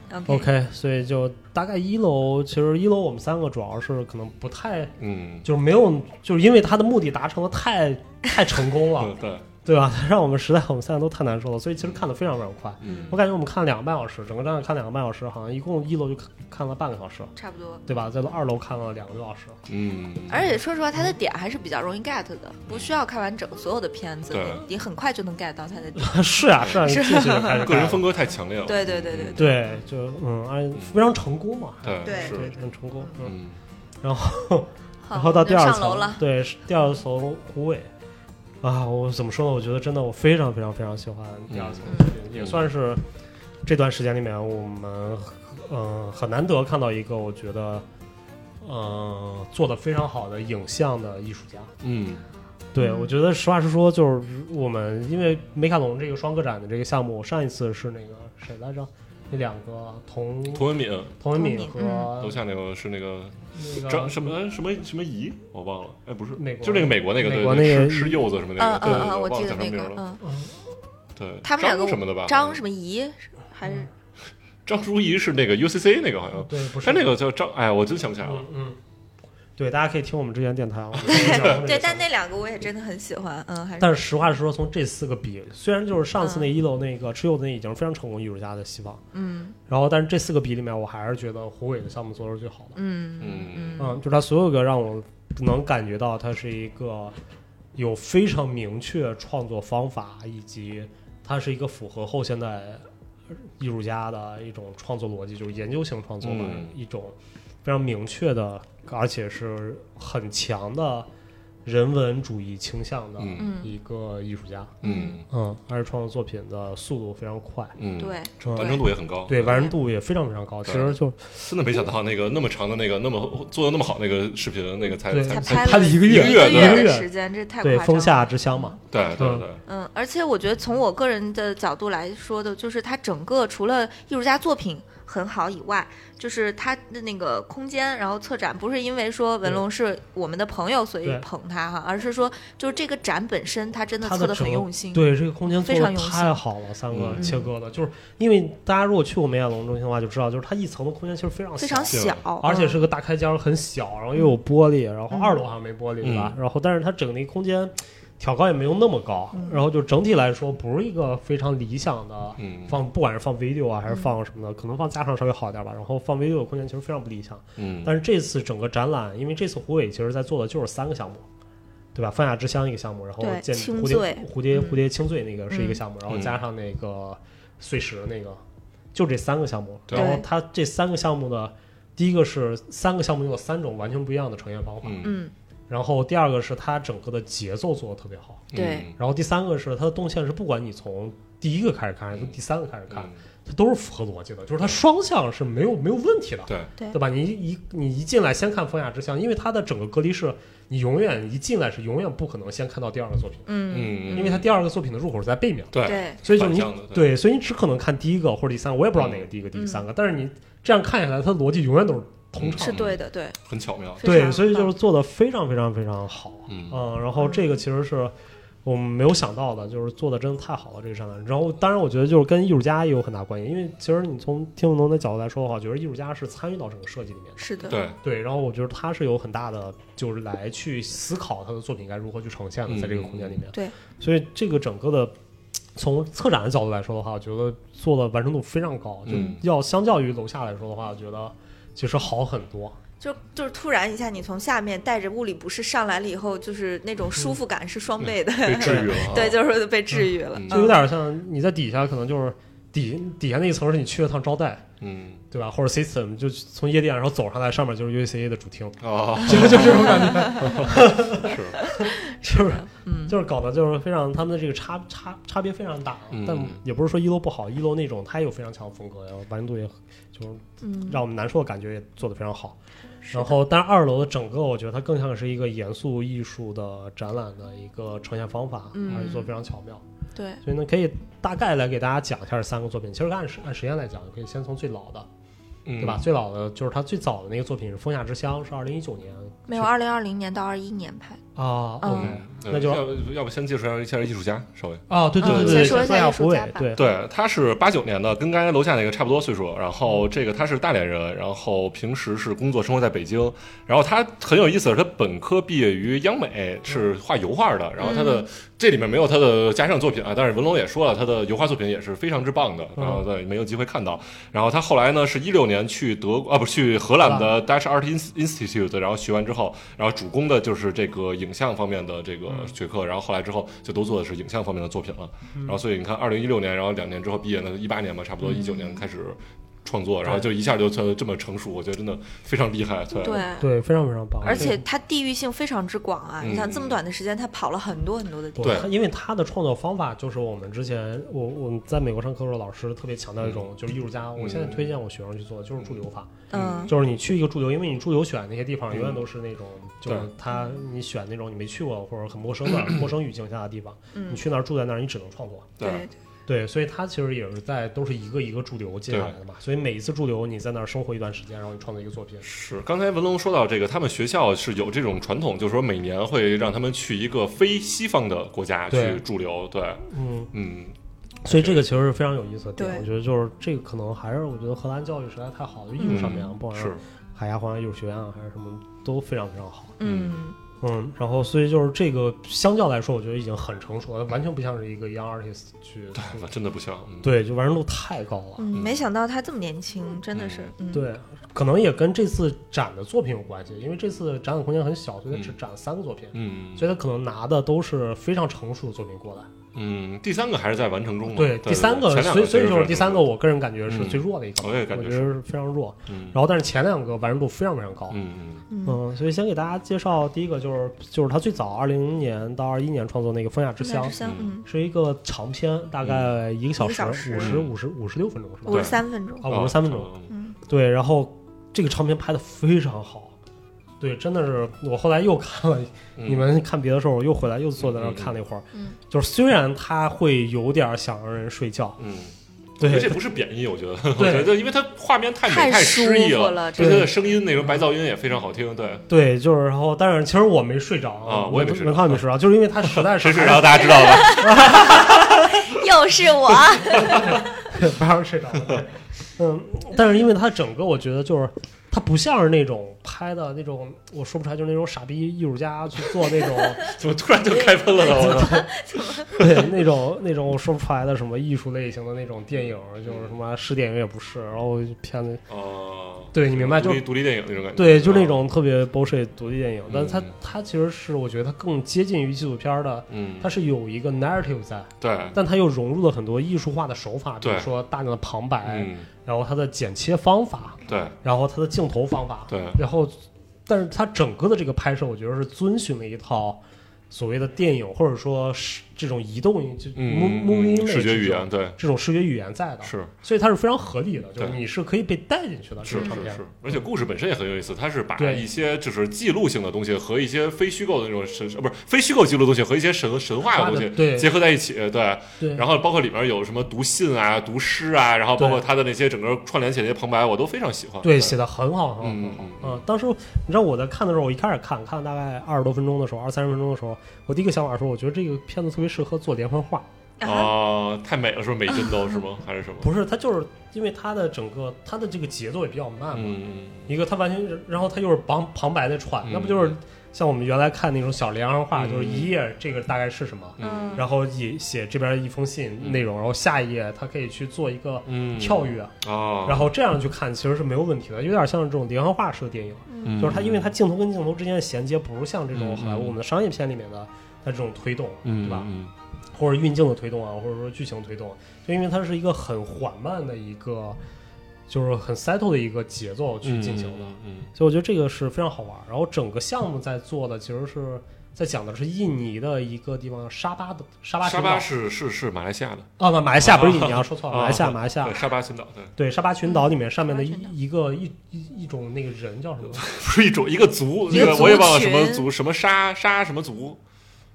嗯，OK， OK，所以就大概一楼，其实一楼我们三个主要是可能不太，嗯，就是没有，就是因为他的目的达成的太太成功 [LAUGHS] 了嗯，对，对吧？让我们实在我们三个都太难受了，所以其实看的非常非常快。嗯我感觉我们看了两个半小时，整个展览看两个半小时，好像一共一楼就看看了半个小时，差不多。对吧？在二楼看了两个多小 [LAUGHS] 时，嗯，而且说实话，他的点还是比较容易 get 的，不需要看完整所有的片子对，你很快就能 get 到他的点。 [LAUGHS] 是啊是啊，你是进去就开始嗯个人风格，格太强烈了，对对对对嗯对，就嗯，而且非常成功嘛，对对是，很成功，嗯。嗯好然后到我们第二上楼层了，，对，是第二层胡伟啊，我怎么说呢？我觉得真的我非常非常非常喜欢第二层，嗯也算是这段时间里面我们嗯、呃很难得看到一个我觉得嗯、呃做的非常好的影像的艺术家。嗯对，嗯我觉得实话实说，就是我们因为梅卡龙这个双个展的这个项目，上一次是那个谁来着？那两个童童文敏童文敏童和文敏嗯楼下那个是那嗯个那个张什么什么什么怡，我忘了，哎，不是美，国就那个美国那个，美对国对那个吃吃柚子什么嗯那个，嗯对对对，嗯，我忘记得了叫那什么个名儿，了，啊嗯，对，他们两个张什么的吧，张什么怡还是嗯张淑怡是那个 UCC 那个好像，对，不是呃他那个叫张，哎，我真想不起来了嗯，嗯，对，大家可以听我们之前电台啊。 [LAUGHS] 我们讲过这个对，事儿但那两个我也真的很喜欢，嗯，还是但是实话实说，从这四个比，虽然就是上次那一楼那个吃柚子那已经是非常成功艺术家的西方，嗯然后但是这四个比里面，我还是觉得胡伟的项目做的是最好的。嗯嗯嗯，就是他所有个让我能感觉到他是一个有非常明确创作方法，以及他是一个符合后现代艺术家的一种创作逻辑，就是研究型创作吧，嗯一种非常明确的，而且是很强的人文主义倾向的嗯嗯一个艺术家。嗯嗯，而且创作作品的速度非常快，嗯，，对，完成度也很高，对完成度也非常非常高。其实就真的没想到那个那么长的那个那么做的那么好那个视频那个才对才才才拍了一个月一个月对的时间，这太夸对张了。 《风夏之乡》嘛，对对对，嗯，而且我觉得从我个人的角度来说的，就是它整个除了艺术家作品很好以外，就是它的那个空间，然后策展不是因为说文龙是我们的朋友所以对捧他哈，而是说就是这个展本身，它真的它做的的整很个用心。对这个空间做嗯非的常用心太好了，三个嗯切割的，就是因为大家如果去过梅亚龙中心的话，就知道，就是它一层的空间其实非常非常是小，而且嗯是个大开间，很小，然后又有玻璃，然后二楼好像没玻璃，对吧？然后但是它整个一空间挑高也没有那么高，嗯然后就整体来说不是一个非常理想的。嗯放不管是放 video 啊，还是嗯放什么的，可能放加上稍微好一点吧。然后放 video 的空间其实非常不理想，嗯但是这次整个展览，因为这次胡伟其实在做的就是三个项目，对吧？泛亚之乡一个项目，然后对见轻蝴蝶醉蝴蝶蝴蝶清醉那个是一个项目，然后嗯加上那个碎石那个，就这三个项目。对啊嗯然后它这三个项目的第一个是三个项目用了三种完全不一样的呈现方法，嗯嗯，然后第二个是它整个的节奏做的特别好，对然后第三个是它的动线是不管你从第一个开始看还是从第三个开始看，嗯它都是符合逻辑的，就是它双向是没有没有问题的。对对对吧？你一一你一进来先看《风雅之乡》，因为它的整个隔离是，你永远一进来是永远不可能先看到第二个作品，嗯，嗯因为它第二个作品的入口是在背面，对对，所以就你反向的对嗯对，所以你只可能看第一个或者第三个，我也不知道哪个第一个、第三个，但是你这样看下来，它的逻辑永远都是通畅嗯是的。嗯对的，对，很巧妙，非对，常所以就是棒做的非常非常非常好，嗯然后这个其实是我们没有想到的，就是做的真的太好了这个展览。然后当然我觉得就是跟艺术家也有很大关系，因为其实你从听不懂的角度来说的话，我觉得艺术家是参与到整个设计里面的。是的，对对，然后我觉得他是有很大的，就是来去思考他的作品该如何去呈现的，嗯在这个空间里面。对，所以这个整个的，从策展的角度来说的话，我觉得做的完成度非常高，就 [LAUGHS] 嗯要相较于楼下来说的话，我觉得其实好很多。就就是突然一下，你从下面带着物理不适上来了以后，就是那种舒服感是双倍的，被治愈了 [LAUGHS] 啊，对，就是被治愈了，嗯就有点像你在底下，可能就是底底下那一层是你去了趟招待，嗯对吧？或者 system 就从夜店然后走上来，上面就是 UACA 的主厅，哦， [LAUGHS] 就就这种感觉， [LAUGHS] [LAUGHS] 是，是不是？嗯，就是搞得就是非常他们的这个差差差别非常大嗯，但也不是说一楼不好，一楼那种它也有非常强的风格，然后完成度也就是嗯让我们难受的感觉也做得非常好。是然的后，但是二楼的整个我觉得它更像是一个严肃艺术的展览的一个呈现方法，嗯而且做得非常巧妙。对，所以呢，可以大概来给大家讲一下这三个作品。其实按时按时间来讲，可以先从最老的，嗯对吧？？最老的就是它最早的那个作品是《风下之乡》，是二零一九年没有二零二零年到二一年拍，啊。嗯 OK 嗯，那就要不要不先介绍一下艺术家，稍微。啊，对对对嗯先对，说一下夏艺术胡伟家吧对对，他是八九年的，跟刚才楼下那个差不多岁数。然后这个他是大连人，然后平时是工作生活在北京。然后他很有意思的是，他本科毕业于央美，是画油画的。然后他的、这里面没有他的家乡作品啊，但是文龙也说了，他的油画作品也是非常之棒的。嗯然后对，没有机会看到。然后他后来呢，是一六年去德国啊，不是去荷兰的 Dutch Art Ins- Institute，然后学完之后，然后主攻的就是这个影像方面的这个学科。然后后来之后就都做的是影像方面的作品了。嗯然后所以你看，二零一六年，然后两年之后毕业呢，一八年吧，差不多一九年开始创作，然后就一下就这么成熟，我觉得真的非常厉害。对，对，非常非常棒。而且它地域性非常之广啊！嗯你想这么短的时间，他跑了很多很多的地对方。他因为他的创作方法就是我们之前我我们在美国上课的时候，老师特别强调一种就是艺术家，我现在推荐我学生去做的就是驻留法，嗯， [LAUGHS] 就是你去一个驻留，因为你驻留选那些地方永远都是那种就对是他你选那种你没去过或者很陌生的陌生语境下的地方，嗯你去那儿住在那儿，你只能创作。对，对，所以他其实也是在都是一个一个驻留进来的嘛，所以每一次驻留你在那儿生活一段时间，然后你创作一个作品。是，刚才文龙说到这个，他们学校是有这种传统，就是说每年会让他们去一个非西方的国家去对驻留。对，嗯，嗯，所以这个其实是非常有意思的点，对我觉得就是这个可能还是我觉得荷兰教育实在太好了，艺术上面啊，不管嗯是，海牙皇家艺术学院啊，还是什么都非常非常好。嗯，嗯，然后所以就是这个相较来说，我觉得已经很成熟了，完全不像是一个 young artist 去对，真的不像。嗯，对，就完成度太高了。嗯，没想到他这么年轻，真的是，嗯，对，可能也跟这次展的作品有关系，因为这次展览空间很小，所以它只展了三个作品，嗯所以它可能拿的都是非常成熟的作品过来。嗯，第三个还是在完成中嘛。对，第三个，嗯前两所以所以其实就是第三个，我个人感觉嗯是最弱的一个，我也感觉觉是是非常弱。嗯然后，但是前两个完成度非常非常高。嗯嗯，嗯，所以先给大家介绍第一个，就是就是他最早二零年到二一年创作那个《风雅之乡之》，乡，嗯，是一个长篇，大概一个小一个小时，时五十五十五十六分钟是吧？五十三分钟，啊，五十三分钟。。嗯嗯，对，然后这个长篇拍的非常好，对，真的是我后来又看了，嗯你们看别的时候，我又回来又坐在那儿看了一会儿，嗯，就是虽然他会有点想让人睡觉，嗯，对，这不是贬义，我觉得，我对 [LAUGHS] 觉得，因为它画面太太美、太诗意舒服了，了就它的对声音那种白噪音也非常好听，对，对，就是然后，但是其实我没睡着啊我我也没睡着能啊看没睡着，就是因为他实在是 [LAUGHS] 谁睡着大家知道吧？ [LAUGHS] 又是 [LAUGHS] 我， [LAUGHS] 不让人睡着了。对 [LAUGHS] 嗯，但是因为它整个，我觉得就是它不像是那种拍的那种，我说不出来，就是那种傻逼艺术家去做那 [LAUGHS] 种， [LAUGHS] 怎么突然就开喷了呢？我操！ [LAUGHS] 对那种那种我说不出来的什么艺术类型的那种电影，就是什么试电影也不是，然后片子，哦，对你明白独就立。独立电影那种感觉，对，就那哦，种特别 bullshit 独立电影，但是它嗯它其实是我觉得它更接近于纪录片的，嗯它，是有一个 narrative 在，对，但它又融入了很多艺术化的手法，比如嗯对说大量的旁白，嗯，然后它的剪切方法，对，然后它的镜头方法，对，然后，但是它整个的这个拍摄，我觉得是遵循了一套所谓的电影或者说是这种移动就 mov- 嗯， moving 嗯 image 视觉语这种啊言，对，这种视觉语言在的，是所以它是非常合理的，就是对你是可以被带进去的，是这是个唱片是，而且故事本身也很有意思，它是把对一些就是记录性的东西和一些非虚构的那种神，呃不是非虚构记录的东西和一些神神话的神东话的对西结合在一起，对，对，然后包括里面有什么读信啊、读诗啊，然后包括对他的那些整个串联起来的旁白，我都非常喜欢。对写的很好很好嗯很好。嗯嗯嗯，当时你知道我在看的时候，我一开始看看了大概二十多分钟的时候，二三十分钟的时候，我第一个想法是，我觉得这个片子特别适合做连环画。啊，哦，太美了，是不是美真都是吗？还是什么？不是，它就是因为它的整个它的这个节奏也比较慢嘛，嗯，一个他完全，然后他又是旁旁白的喘嗯，那不就是像我们原来看那种小连环画，就是一页这个大概是什么，嗯然后也写这边一封信内容，然后下一页它可以去做一个嗯跳跃，哦，然后这样去看其实是没有问题的，有点像这种连环画式的电影，嗯就是它因为它镜头跟镜头之间的衔接不是像这种嗯好莱坞我们的商业片里面的它这种推动，嗯对吧？嗯或者运镜的推动啊，或者说剧情推动，就因为它是一个很缓慢的一个，就是很 settle 的一个节奏去进行的，嗯所以我觉得这个是非常好玩儿。然后整个项目在做的其实是在讲的是印尼的一个地方沙巴的沙巴沙群岛巴是是是马来西亚的，哦，不马来西亚不是印尼啊，说错了，啊马来西亚马来西亚对沙巴群岛，对，对沙巴群岛里面上面的沙巴群岛一一个一一一种那个人叫什么？不是一种一个族，一那个个族我也忘了什群么族，什么沙沙什么族，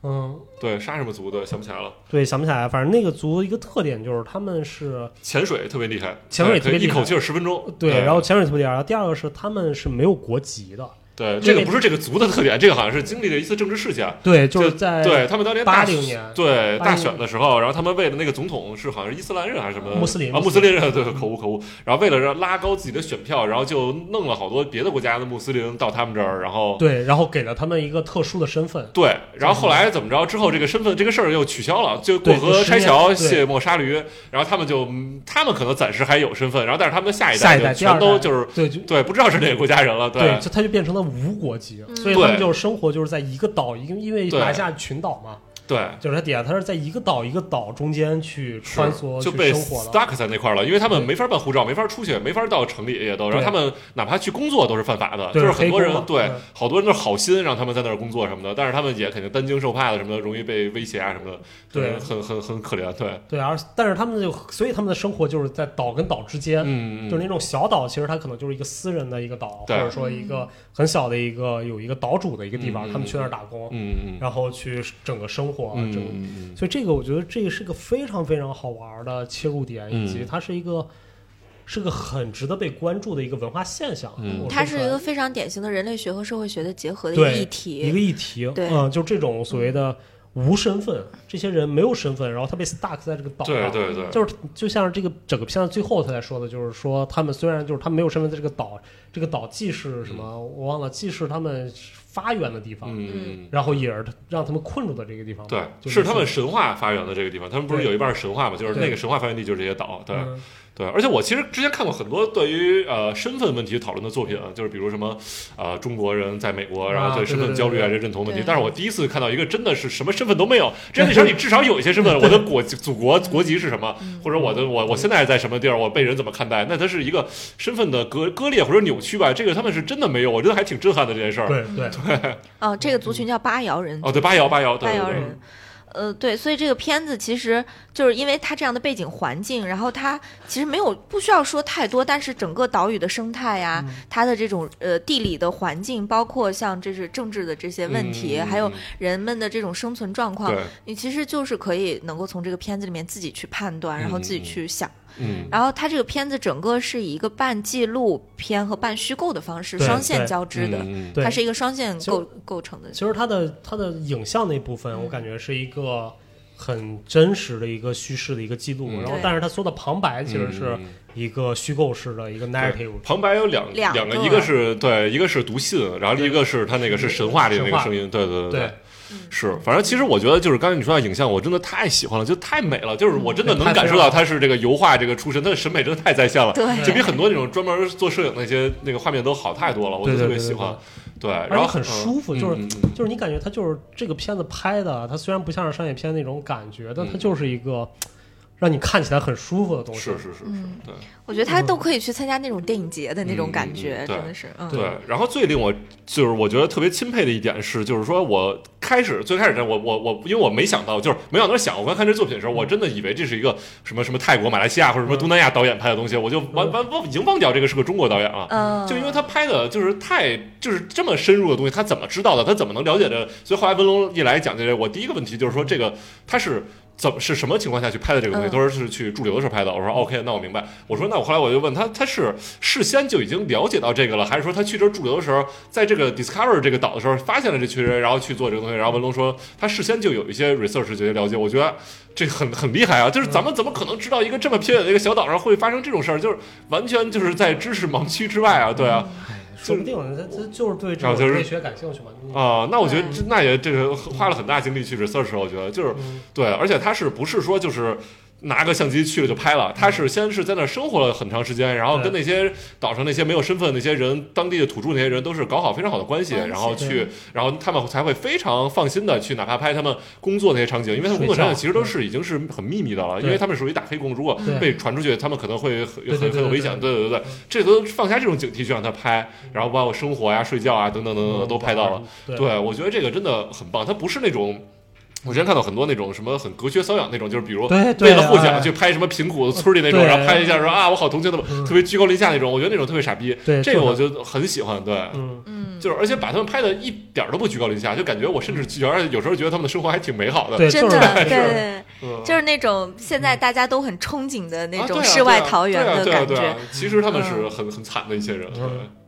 嗯，对沙什么族对，想不起来了。对，想不起来，反正那个族一个特点就是他们是潜水特别厉害，潜水对特别可厉以一害口气儿十分钟。对，然后潜水特别厉害，然后第二个是他们是没有国籍的。对这这个个不是这个族的特点，这个好像是经历了一次政治事件。对，就就是在对他们当年大80年80对大选的时候，然后他们为了那个总统是好像是伊斯兰人还是什么穆斯林啊，穆穆斯斯林人对，口误口误。然后为了让拉高自己的选票，然后就弄了好多别的国家的穆斯林到他们这儿，然后对，然后给了他们一个特殊的身份。对，然后后来怎么着？之后这个身份这个事儿又取消了，就过对就河十拆年桥、对卸磨杀驴，然后他们就嗯他们可能暂时还有身份，然后但是他们的下一下一代、就第二全代都就是对，就对，不知道是哪个国家人了，对，就他就变成了无国籍，所以对他们就是生活就是在一个岛，因因为对马来西亚群岛嘛，对。就是它底下它是在一个岛一个岛中间去是穿梭就去被生活的。 stuck 在那块儿了，因为他们没法办护照，没法出去，没法到城里也都，然对后他们哪怕去工作都是犯法的，对就是很黑多工人嘛对嗯好多人都是好心让他们在那儿工作什么的，但是他们也肯定担惊受怕的什么的，容易被威胁啊什么的，对很很很可怜，对，对，而但是他们就所以他们的生活就是在岛跟岛之间，嗯，就是那种小岛，其实它可能就是一个私人的一个岛，对或者说一个很小的一个有一个岛主的一个地嗯方，嗯他们去那儿打工，嗯嗯嗯然后去整个生活，啊嗯整个嗯嗯所以这个我觉得这个是个非常非常好玩的切入点，嗯以及它是一个是个很值得被关注的一个文化现象。嗯我它说出是一来个非常典型的人类学和社会学的结合的一个对议一题个。议题，对嗯，就这种所谓的无身份，这些人没有身份，然后他被 stuck 在这个岛对上。对嗯对，就是就像是这个整个片子最后他才说的，就是说他们虽然就是他们没有身份，在这个岛，这个岛既是什么、我忘了，既是他们发源的地方，嗯。然后也是让他们困住的这个地方嘛。对，就是他们神话发源的这个地方，他们不是对有一半神话嘛，就是对那个神话发源地就是这些岛，对，嗯对，而且我其实之前看过很多对于呃身份问题讨论的作品，啊就是比如什么呃中国人在美国，然后啊对对身份对对焦虑啊、对这认同问题对。但是我第一次看到一个真的是什么身份都没有，这样你说你至少有一些 [LAUGHS] 身份，我的国祖国国籍是什么，嗯或者我的我我现在在什么地儿，我被人怎么看待，那它是一个身份的割割裂或者扭曲吧，这个他们是真的没有，我觉得还挺震撼的这件事儿。对对哦，这个族群叫巴瑶人哦，对，八瑶八瑶，对外对摇对，人。呃，对，所以这个片子其实就是因为它这样的背景环境，然后它其实没有不需要说太多，但是整个岛屿的生态呀、嗯它的这种呃地理的环境，包括像这是政治的这些问题，嗯还有人们的这种生存状况，对，你其实就是可以能够从这个片子里面自己去判断，然后自己嗯嗯去想。嗯，然后它这个片子整个是以一个半纪录片和半虚构的方式对双线对交织的，嗯，对，它是一个双线其实构构成的。其实它的它的影像那部嗯分，我感觉是一个很真实的一个叙事的一个记录，嗯然后对但是它说的旁白其实是嗯一个虚构式的一个 narrative，旁白有两两个，个一个是对，一个是读信，然后一个是他那个是神话里的那个声音，对对对对，嗯是。反正其实我觉得就是刚才你说到影像，我真的太喜欢了，就太美了，就是我真嗯的能感受到他是这个油画这个出身，他的审美真的太在线了，对就比很多那种专门做摄影那些那个画面都好太多了，我就对特对别对喜对欢。对，而然后且很舒服，就是嗯嗯嗯就是你感觉它就是这个片子拍的，它虽然不像是商业片那种感觉，嗯但它就是一个让你看起来很舒服的东西。是嗯是是是，对。我觉得他都可以去参加那种电影节的那种感嗯嗯觉，嗯对真的是，嗯，对，然后最令我就是我觉得特别钦佩的一点是，就是说我开始最开始这我我我，因为我没想到，就是没往那儿想。我刚看这作品的时候，我真的以为这是一个什么什么泰国、马来西亚嗯或者什么东南亚导演拍的东西，我就完完忘已经忘掉这个是个中国导演了。嗯，就因为他拍的就是太就是这么深入的东西，他怎么知道的？他怎么能了解的？所以后来文龙一来讲这个，我第一个问题就是说，这个他是怎么是什么情况下去拍的这个东西？嗯他说是去驻留的时候拍的。我说 OK，那我明白。我说那我后来我就问他，他是事先就已经了解到这个了，还是说他去这儿驻留的时候，在这个 Discover 这个岛的时候发现了这群人，然后去做这个东西？然后文龙说他事先就有一些 research 这些了解。我觉得这很很厉害啊！就是咱们怎么可能知道一个这么偏远的一个小岛上会发生这种事儿？就是完全就是在知识盲区之外啊！对啊，哎说不定他他就是对这啊种就是人类学感兴趣嘛。你啊、那我觉得这那也这个花了很大精力去 research，我觉得就是嗯对，而且他是不是说就是拿个相机去了就拍了？他是先是在那儿生活了很长时间，然后跟那些岛上那些没有身份的那些人、当地的土著那些人都是搞好非常好的关系，关系然后去对，然后他们才会非常放心的去，哪怕拍他们工作那些场景，因为他们工作场景其实都是已经是很秘密的了，对因为他们属于打黑工，如果对被传出去，他们可能会很对对很对很危对险。对对嗯对对，这都放下这种警惕去让他拍，然后包括生活呀、睡觉啊等等等嗯等的都拍到了。。对对，我觉得这个真的很棒，它不是那种。我之前看到很多那种什么很隔靴搔痒那种，就是比如对对为了获哎奖去拍什么贫苦的村里那种，对然后拍一下说啊我好同情他们，嗯特别居高临下那种，我觉得那种特别傻逼。对这个我就就很喜欢，对，嗯，嗯，就是而且把他们拍的一点儿都不居高临下，就感觉我甚至觉得有时候觉得他们的生活还挺美好的。对，真就是的，对，嗯，就是那种现在大家都很憧憬的那啊对种啊世外桃源的对啊感对啊对啊觉。嗯对啊其实他们是很很惨的一些人，对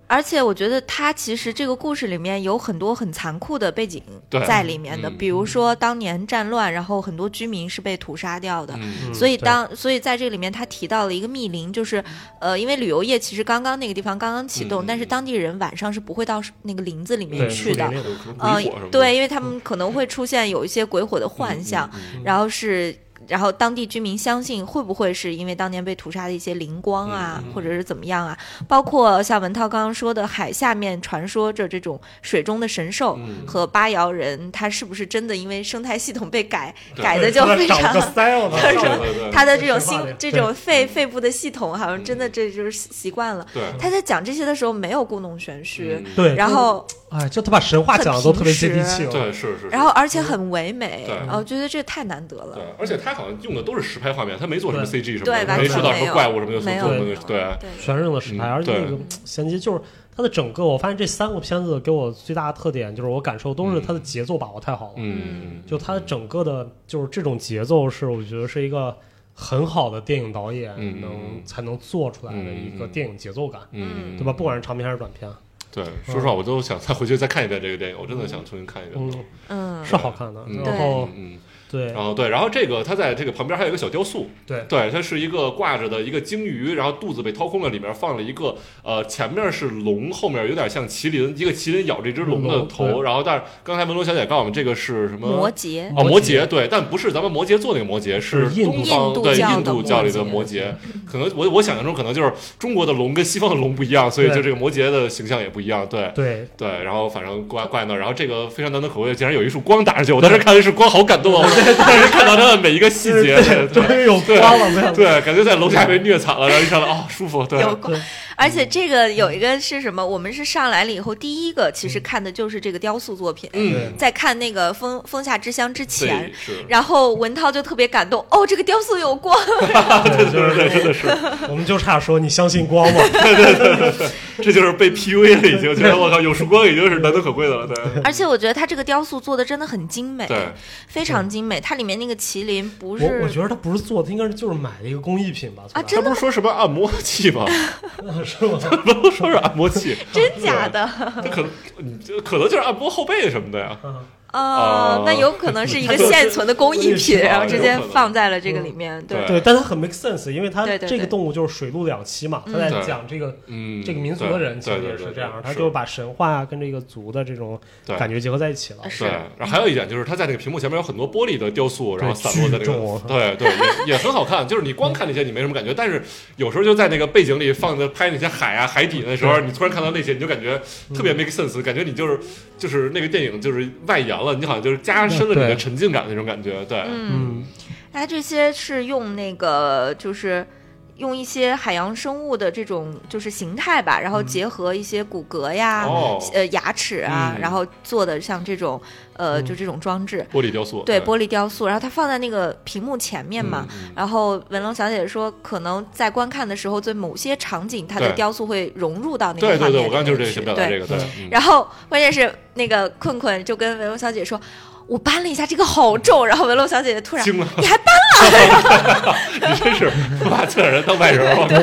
而且我觉得他其实这个故事里面有很多很残酷的背景对在里面的，嗯比如说当年战乱，然后很多居民是被屠杀掉的。嗯嗯所以对当所以在这里面，他提到了一个密林，就是，呃，因为旅游业其实刚刚那个地方刚刚启动，嗯但是当地人晚上是不会到那个林子里面对去的树林，里有什么呃鬼火什么的，，对，因为他们可能会出现有一些鬼火的幻嗯象，然后是。然后当地居民相信，会不会是因为当年被屠杀的一些灵光啊，嗯嗯或者是怎么样啊？包括像文涛刚刚说的，海下面传说着这种水中的神兽嗯和八瑶人，他是不是真的因为生态系统被改对改的就非长个常？腮对子，对对对他的这种神话心里这对种肺肺部的系统，好像真的这就是习习惯了。嗯对他在讲这些的时候没有故弄玄虚，[LAUGHS] 嗯对，然后哎，就他把神话讲的都特别接地气了。对是是是，然后而且很唯美，对啊我觉得这太难得了对。，而且他好像用的都是实拍画面，他没做什么 CG 什么对的，完没全说到什没么有怪物什么的，没有做对那个对，啊对全是用的实拍，嗯而且那对个衔接就是它的整个，我发现这三个片子给我最大的特点就是我感受都是它的节奏把握太好了，嗯，就它整个的就是这种节奏是我觉得是一个很好的电影导演嗯能、嗯才能做出来的一个嗯电影节奏感，嗯，对吧？不管是长片还是短片，对，说实话，我都想再回去再看一遍这个电影，我真的想重新看一遍。嗯，嗯，是好看的。嗯然后嗯，对然后对，然后这个他在这个旁边还有一个小雕塑，对对，它是一个挂着的一个鲸鱼，然后肚子被掏空了，里面放了一个呃，前面是龙，后面有点像麒麟，一个麒麟咬着一只龙的龙头，对然后但是刚才文龙小姐告诉我们这个是什么摩羯，哦，摩摩羯对，但不是咱们摩羯座那个摩羯，是是印度东方印度对教印的度摩教里的羯摩羯。可能我我想象中可能就是中国的龙跟西方的龙不一样，所以就对这个摩羯的形象也不一样。对对，对，然后反正挂挂那儿，然后这个非常难能可贵，竟然有一束光打上去，我当时看的是光，好感动啊！我当时看到它的每一个细节，对终对于有光了，没有？对，感觉在楼下被虐惨了，然后一上来哦舒服，对嗯有过，而且这个有一个是什么？我们是上来了以后，第一个其实看的就是这个雕塑作品，嗯在看那个《风风下之乡》之前对。是。然后文涛就特别感动，哦，这个雕塑有光， [LAUGHS] 对，就是对，真的是，我们就差说你相信光吗？这就是被 PUA 了，已经觉得我靠，有束光已经是难能可贵的了，对，而且我觉得他这个雕塑做的真的很精美，对非常精美。它里面那个麒麟不我我是觉得他不是做的，应该是就是买的一个工艺品吧？从啊哪他不是说什么按摩器吗？儿 [LAUGHS] 是吗？ [LAUGHS] 不能说是按 [LAUGHS] 摩器，真假的这可能你这可能就是按摩后背什么的呀。嗯哦，那有可能是一个 [LAUGHS] 它就是现存的工艺品，啊然后直接有可能嗯放在了这个里面，对对，但它很 make sense，因为它对对对这个动物就是水陆两栖嘛，它在对讲这个嗯，这个民族的人其对实对也对是对这样，对他是就把神话啊跟这个族的这种对感觉结合在一起啊了。对，然后还有一点就是，它在那个屏幕前面有很多玻璃的雕塑，然后对散落在那巨个重，啊对对，也也很好看。就是你光看那些你没什么感觉，但是有时候就在那个背景里放着拍那些海啊、海底的时候，你突然看到那些，你就感觉特嗯别 make sense，感觉你就是就是那个电影就是外延了，你好像就是加深了你的对沉浸感那种感觉。对，嗯，它这些是用那个就是。用一些海洋生物的这种就是形态吧，然后结合一些骨骼呀、嗯哦呃牙齿啊，嗯然后做的像这种呃、嗯就这种装置，玻璃雕塑，对玻璃雕塑，然后它放在那个屏幕前面嘛。嗯嗯然后文龙小姐说，可能在观看的时候，对某些场景，它的对雕塑会融入到那个对画对面对，我刚刚里就面是这个去想表达对这个，对，嗯然后关键是那个困困就跟文龙小姐说：“我搬了一下，这个好重。”然后文龙小姐姐突然惊了，你还搬 [LAUGHS] 你真是不把自个儿人当外人儿，我靠！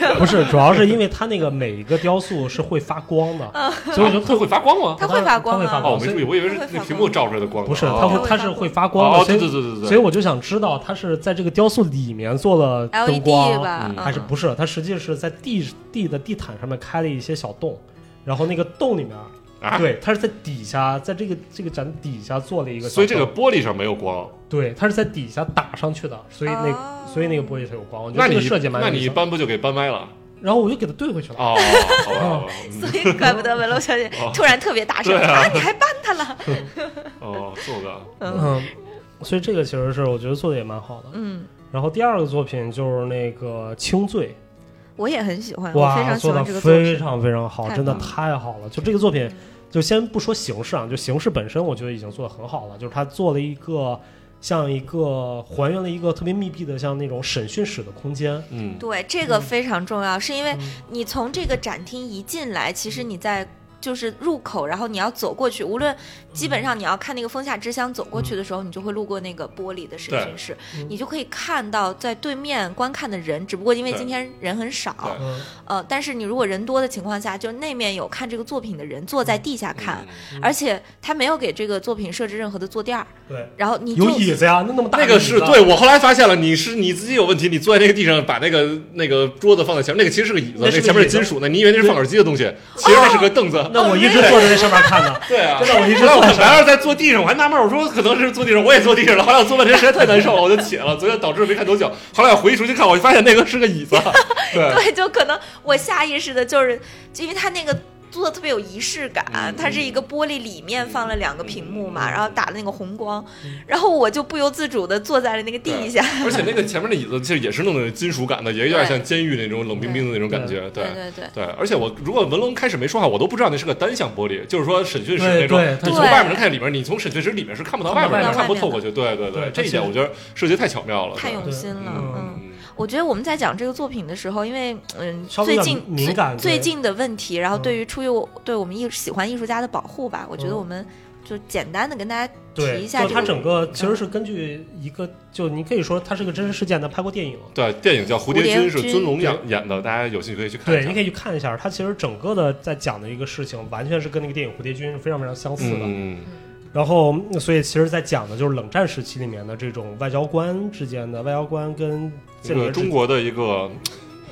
嗯不是，主要是因为它那个每一个雕塑是会发光啊的，所 [LAUGHS] 以我觉得它特会发光吗？它会发它光会啊发哦，光我没注意，我以为是那屏幕照出来的光呢。不是，哦它会会它是会发光哦的，所以对对对对对所以我就想知道它是在这个雕塑里面做了灯 LED 光，E 吧？嗯嗯还是不是？它实际是在地地的地毯上面开了一些小洞，然后那个洞里面，啊对，它是在底下，在这个这个展底下做了一个小洞，所以这个玻璃上没有光。对，它是在底下打上去的，所以那哦所以那个玻璃才有光。我觉那得这你个设计蛮那有你意一思的。搬不就给搬歪了？然后我就给它兑回去了。哦，好吧，好吧， [LAUGHS] 嗯所以怪不得文楼小姐哦突然特别大声对啊啊，你还搬他了？哦，做个嗯，所以这个其实是我觉得做的也蛮好的。嗯，然后第二个作品就是那个《轻醉我也很喜欢，》，我非哇，常喜做的欢这个作品。非常非常好，太真的棒了嗯太好了。就这个作品，就先不说形式啊，就形式本身，我觉得已经做的很好了。就是他做了一个像一个还原了一个特别密闭的，像那种审讯室的空间。嗯，对，这个非常重要，是因为嗯你从这个展厅一进来，其实你在。就是入口，然后你要走过去，无嗯论基本上你要看那个风下之乡走过去的时候，你就会路过那个玻璃的审讯室，嗯你就可以看到在对面观看的人，只不过因为对今天人很少对，嗯，呃，但是你如果人多的情况下，就那面有看这个作品的人坐在地下看，嗯而且他没有给这个作品设置任何的坐垫儿，对，然后你就有椅子呀，那那么大那椅个子啊是对我后来发现了，你是你自己有问题，你坐在那个地上，把那个那个桌子放在前面，那个其实是个椅子，那那是个前椅面是子哦金属的，你以为那是放耳机的东西，其实那是个凳子。那哦我一直坐在那上面看 [LAUGHS] 的。对啊，真的我一直后来我坐在本来是在坐地上，我还纳闷，我说可能是坐地上，我也坐地上了。后来我坐半天实在太难受了，我就起来了，所以导致没看多久。后来我回去重新看，我就发现那个是个 [LAUGHS] 椅子。对， [LAUGHS] 对，就可能我下意识的就是，就因为它那个做的特别有仪式感，嗯它是一个玻璃里面放了两个屏幕嗯嘛，然后打的那个红光，然后我就不由自主的坐在了那个地下。而且那个前面的椅子其实也是那种金属感的，也有点像监狱那种冷冰冰的那种感觉。对。对对，对，而且我如果文龙开始没说话，我都不知道那是个单向玻璃，就是说审讯室对那种对，你从对外面能看见里面，你从审讯室里面是看不到外看面不的，到看不外面透过去。对对对这一它点其我觉得设计太巧妙了，太对用心了，对嗯。嗯我觉得我们在讲这个作品的时候，因为嗯，稍微有点最近敏感最对最近的问题，然后嗯对于出于我对我们艺喜欢艺术家的保护吧，我觉得嗯我们就简单的跟大家提对，一下就这它整个嗯个其实是根据一个，就你可以说它是个真实事件，它拍过电影。对，电影叫《蝴蝴蝶君》，是君尊龙演演的，大家有兴趣可以去看一对，下。你可以去看一下，它其实整个的在讲的一个事情，完全是跟那个电影《蝴蝶君》是非常非常相似的。嗯，然后，嗯所以其实，在讲的就是冷战时期里面的这种外交官之间的外交官跟这间个谍之中，国的一个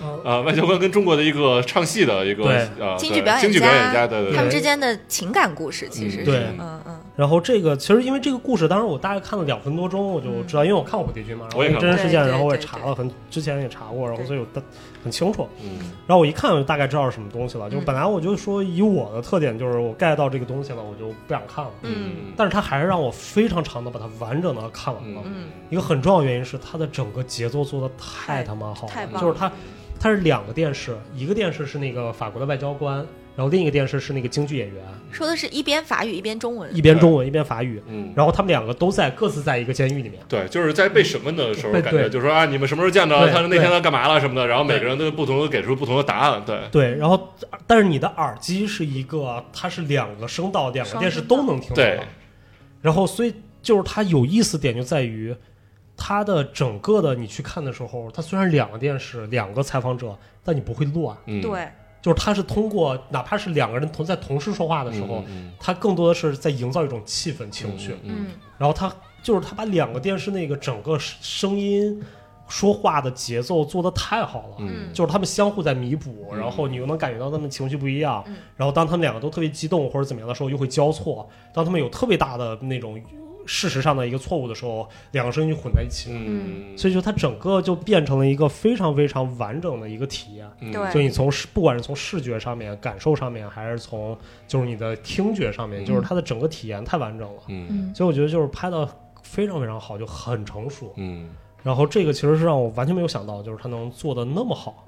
嗯呃外交官跟中国的一个唱戏的一个对呃京对剧表演京剧表演家家，对对他们对之间的情感故事，其实嗯是，对嗯嗯，然后这个其实因为这个故事，当时我大概看了两分多钟，我就知道，因为我看过《蝴蝶君》嘛，然我后也看过真实事件，对对然后我也对对查了很之前也查过，然后所以我大很清楚。嗯然后我一看我就大概知道是什么东西了。就嗯本来我就说以我的特点就是我 get 到这个东西了，我就不想看了。嗯但是它还是让我非常长的把它完整的看完了。嗯嗯一个很重要的原因是它的整个节奏做的太太他妈好太了，棒就是它它是两个电视，一个电视是那个法国的外交官，然后另一个电视是那个京剧演员，说的是一边法语一边中文，一边中文一边法语，嗯。然后他们两个都在各自在一个监狱里面。对，就是在被审问的时候，对感觉对就是说啊，你们什么时候见着对他？那天对他干嘛了什么的？然后每对个人都不同的给出不同的答案。对，对，然后但是你的耳机是一个，它是两个声道，两个双电视声道都能听到对的。然后所以就是它有意思点就在于，它的整个的你去看的时候，它虽然两个电视两个采访者，但你不会乱，嗯，对，就是它是通过哪怕是两个人同在同时说话的时候，嗯它更多的是在营造一种气氛情绪，，嗯，嗯然后它就是它把两个电视那个整个声音说话的节奏做得太好了，嗯就是他们相互在弥补，嗯然后你又能感觉到他们情绪不一样，嗯然后当他们两个都特别激动或者怎么样的时候，又会交错，当他们有特别大的那种事实上的一个错误的时候，两个声音就混在一起，嗯，所以就它整个就变成了一个非常非常完整的一个体验。嗯对就你从视，不管是从视觉上面、感受上面，还是从就是你的听觉上面，就是它的整个体验太完整了。嗯嗯，所以我觉得就是拍的非常非常好，就很成熟。嗯然后这个其实是让我完全没有想到，就是它能做的那么好。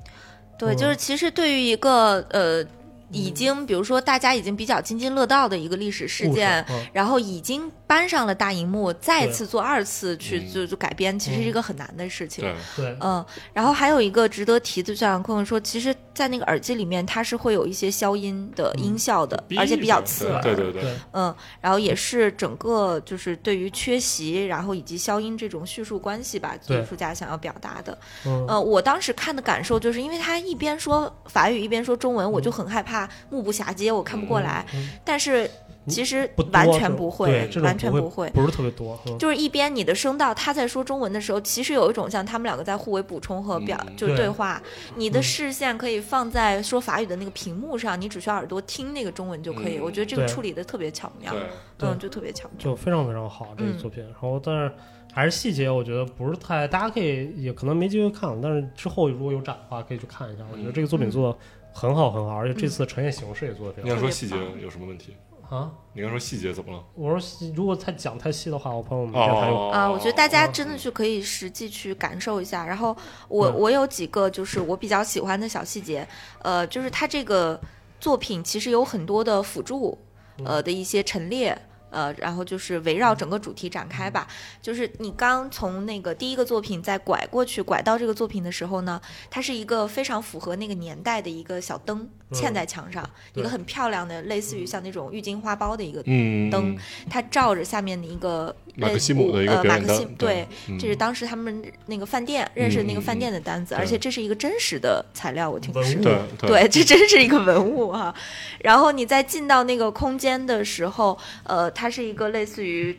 对，嗯就是其实对于一个呃，已经比如说大家已经比较津津乐道的一个历史事故事件，嗯然后已经搬上了大荧幕，再对次做二次去嗯就就改编，其实是一个很难的事情。对，对，嗯，然后还有一个值得提的，就像坤坤说，其实，在那个耳机里面，它是会有一些消音的嗯音效的，逼而且比较着刺耳。对对对，嗯，然后也是整个就是对于缺席，然后以及消音这种叙述关系吧，对艺术家想要表达的。嗯，呃，我当时看的感受就是，因为他一边说法语一边说中文，我就很害怕，目不暇接，我看不过来。嗯但是其实不多完这全种不对会这，种完全不不会。不是特别多。嗯就是一边你的声道，他在说中文的时候，其实有一种像他们两个在互为补充和表，嗯就是对对话。你的嗯视线可以放在说法语的那个屏幕上，你只需要耳朵听那个中文就可以。嗯我觉得这个对处理的特别巧妙，对，对嗯，就特别巧妙。就非常非常好这个嗯作品。然后，但是还是细节，我觉得不是太，大家可以也可能没机会看，但是之后如果有展的话，可以去看一下。我觉得这个嗯作品做的很好很好，而且这次呈现形式也做的非你常好要说细节有什么问题？啊。你刚说细节怎么了？我说细如果太讲太细的话，我朋友们应该还有哦啊，我觉得大家哦真的去可以实际去感受一下。然后我嗯我有几个就是我比较喜欢的小细节，呃，就是它这个作品其实有很多的辅助，嗯呃的一些陈列。呃，然后就是围绕整个主题展嗯开吧。就是你刚从那个第一个作品再拐过去，拐到这个作品的时候呢，它是一个非常符合那个年代的一个小灯嵌嗯在墙上，一个对嗯很漂亮的，类似于像那种郁金花苞的一个嗯，灯嗯，它照着下面的一个马克类西姆的一个呃表马演克单西姆，对对，嗯这是当时他们那个饭店认识的那个饭店的单子，而且这是一个真实的材料，我听文是物对嗯 [LAUGHS] 对，这真是一个文物哈、然后你在进到那个空间的时候，呃，它是一个类似于，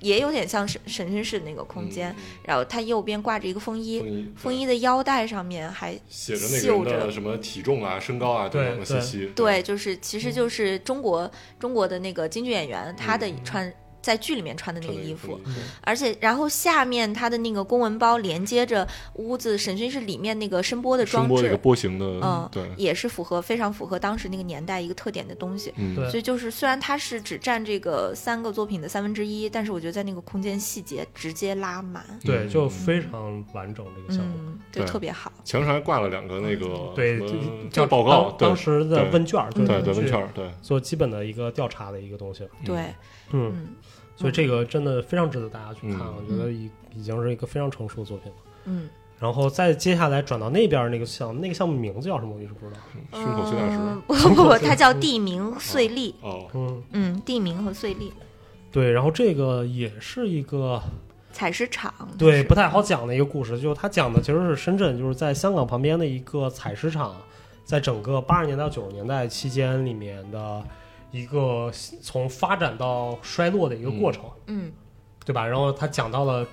也有点像审审讯室那个空间，然后它右边挂着一个风衣，嗯衣风衣的腰带上面还嗯写着那个人绣的着什么体重啊、身高啊等等的信息。对，，就是其嗯实就是中国中国的那个京剧演员他的穿。在剧里面穿的那个嗯穿那个衣服风，嗯而且然后下面它的那个公文包连接着屋子审讯室里面那个声波的声装波这个置，波形的嗯，对，也是符合非常符合当时那个年代一个特点的东西。嗯，对所以就是，虽然它是只占这个三个作品的三分之一，但是我觉得在那个空间细节直接拉满，对，嗯就非常完整这个项目。嗯，就对特别好。墙上还挂了两个那个嗯对什么，就嗯报告，当对当时的对问卷儿，就对是对去问圈儿，对，做基本的一个调查的一个东西。对，嗯，嗯所以这个真的非常值得大家去看，嗯我觉得已已经是一个非常成熟的作品了。嗯，然后再接下来转到那边儿那个项目，那个项目名字叫什么我一直不知道。胸口碎大石。嗯 [LAUGHS] 不不不，它叫地名碎粒，哦，嗯，嗯，地名和碎粒对，然后这个也是一个采石场，对嗯是不太好讲的一个故事，就是它讲的其实是深圳，就是在香港旁边的一个采石场，在整个八十年到九十年代期间里面的一个从发展到衰落的一个过程。嗯对吧？然后他讲到了，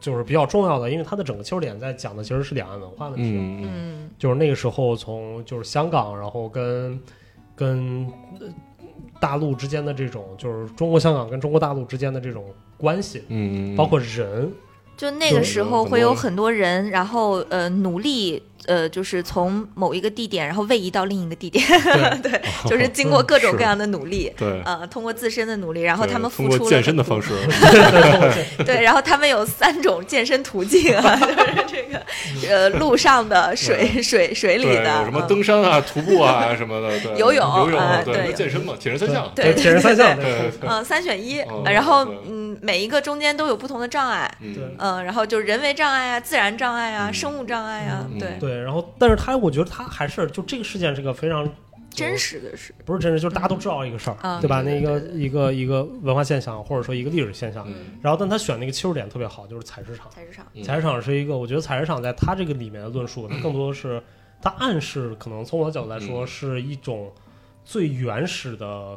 就是比较重要的，因为他的整个切入点在讲的其实是两岸文化问题，嗯嗯嗯就是那个时候从就是香港，然后跟跟呃大陆之间的这种，就是中国香港跟中国大陆之间的这种关系，嗯，包括人，就那个对时有候很会有多很多人，然后呃努力呃就是从某一个地点，然后位移到另一个地 [LAUGHS] 点，对 [LAUGHS] 对，就是经过各种是各样的努力，对，呃，通过自身的努力，然后对他们通付过出了健身的很多方式，对，然后他们有三种健身途径啊， [LAUGHS] 就是这个呃路上的、水水水里对，的、有什么嗯登山啊、徒步啊什么的，对，游泳游啊泳，对那健身嘛，铁人三项，对铁人三项，对对对嗯，三选一，哦呃然后对嗯，每一个中间都有不同的障碍，嗯，嗯，然后就是人为障碍啊、自然障碍啊、嗯生物障碍啊，嗯对，对，然后但是他我觉得他还是就这个事件是个非常真实的是，不是真实，就是大家都知道一个事儿，嗯对吧？对那个一个一个文化现象，或者说一个历史现象。嗯然后，但他选那个切入点特别好，就是采石场。菜市场，嗯采石场是一个，我觉得采石场在它这个里面的论述，它更多的是它暗示，可能从我的角度来嗯说，是一种最原始的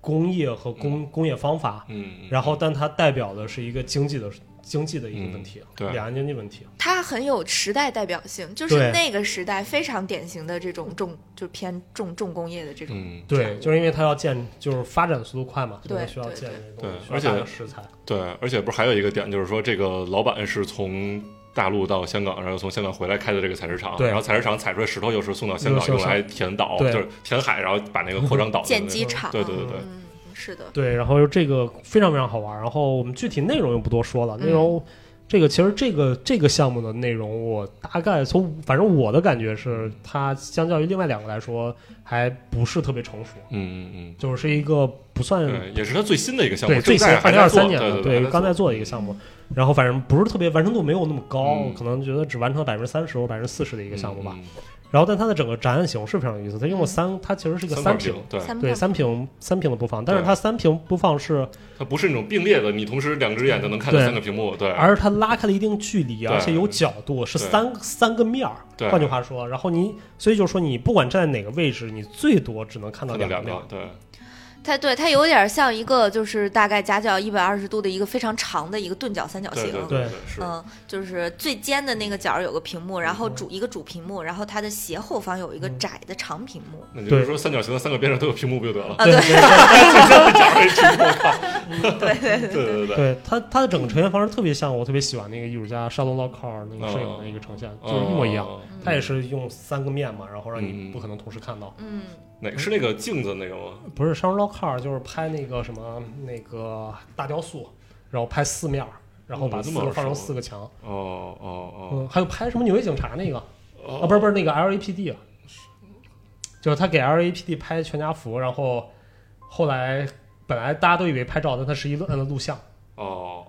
工业和工工业方法。嗯，然后，但它代表的是一个经济的经济的一个问题嗯，对两岸经济问题。它很有时代代表性，就对是那个时代非常典型的这种重就偏重重工业的这种，嗯，对，就是因为它要建，就是发展速度快嘛，所以它对需要对建对这个东西，对需要而且大量食材。对，而且不是还有一个点，就是说这个老板是从。大陆到香港，然后从香港回来开的这个采石场，对然后采石场采出来石头又是送到香港又用是来填岛，就对是填海，然后把那个扩张岛的建那个机场，对对对对，嗯，是的，对，然后又这个非常非常好玩儿。然后我们具体内容就不多说了，嗯内容这个其实这个这个项目的内容，我大概从反正我的感觉是，它相较于另外两个来说，还不是特别成熟，嗯嗯嗯，就是一个不算对，也是他最新的一个项目，嗯对最现新在二还零在二做三年的对对，还刚才做的一个项目。然后反正不是特别完成度没有那么高，嗯可能觉得只完成了百分之三十或百分之四十的一一个项目吧。，然后但它的整个展览形式非常有意思，它用了三，它其实是一这个三屏屏，，对，三对棒三屏三屏的播放，但是对它三屏播放是。它不是那种并列的，你同时两只眼就能看到对三个屏幕，对，而是它拉开了一定距离，啊对而且有角度，是对三三个面儿。对换句话说，然后你，所以就是说，你不管站在哪个位置，你最多只能看到看到两个面两儿个，。对，它对它有点像一个就是大概夹角一百二十度的一个非常长的一个钝角三角形。对对对是，嗯嗯，就是最尖的那个角儿有个屏幕，然后主一个主屏幕，然后它的斜后方有一嗯个窄的长屏幕。那你就是说三角形的三个边上都有屏幕不就得了？啊，对对 [LAUGHS] 对对，对它它的整个呈现方式特别像我特别喜欢那个艺术家沙龙 l o c a r 那个摄嗯影的一个呈现，就是一模一样。哦它也是用三个面嘛，然后让嗯你不可能同时看到。嗯，哪个是那个镜子那个吗？不是沙龙 l o c a r 就是拍那个什么那个大雕塑，然后拍四面儿，然后哦把这四么个耳放成熟四个墙。哦哦嗯，还有拍什么纽约警察那个哦，啊，不是不是那个 LAPD 啊，就是他给 LAPD 拍全家福，然后后来本来大家都以为拍照，但他实际摁了录像。哦哦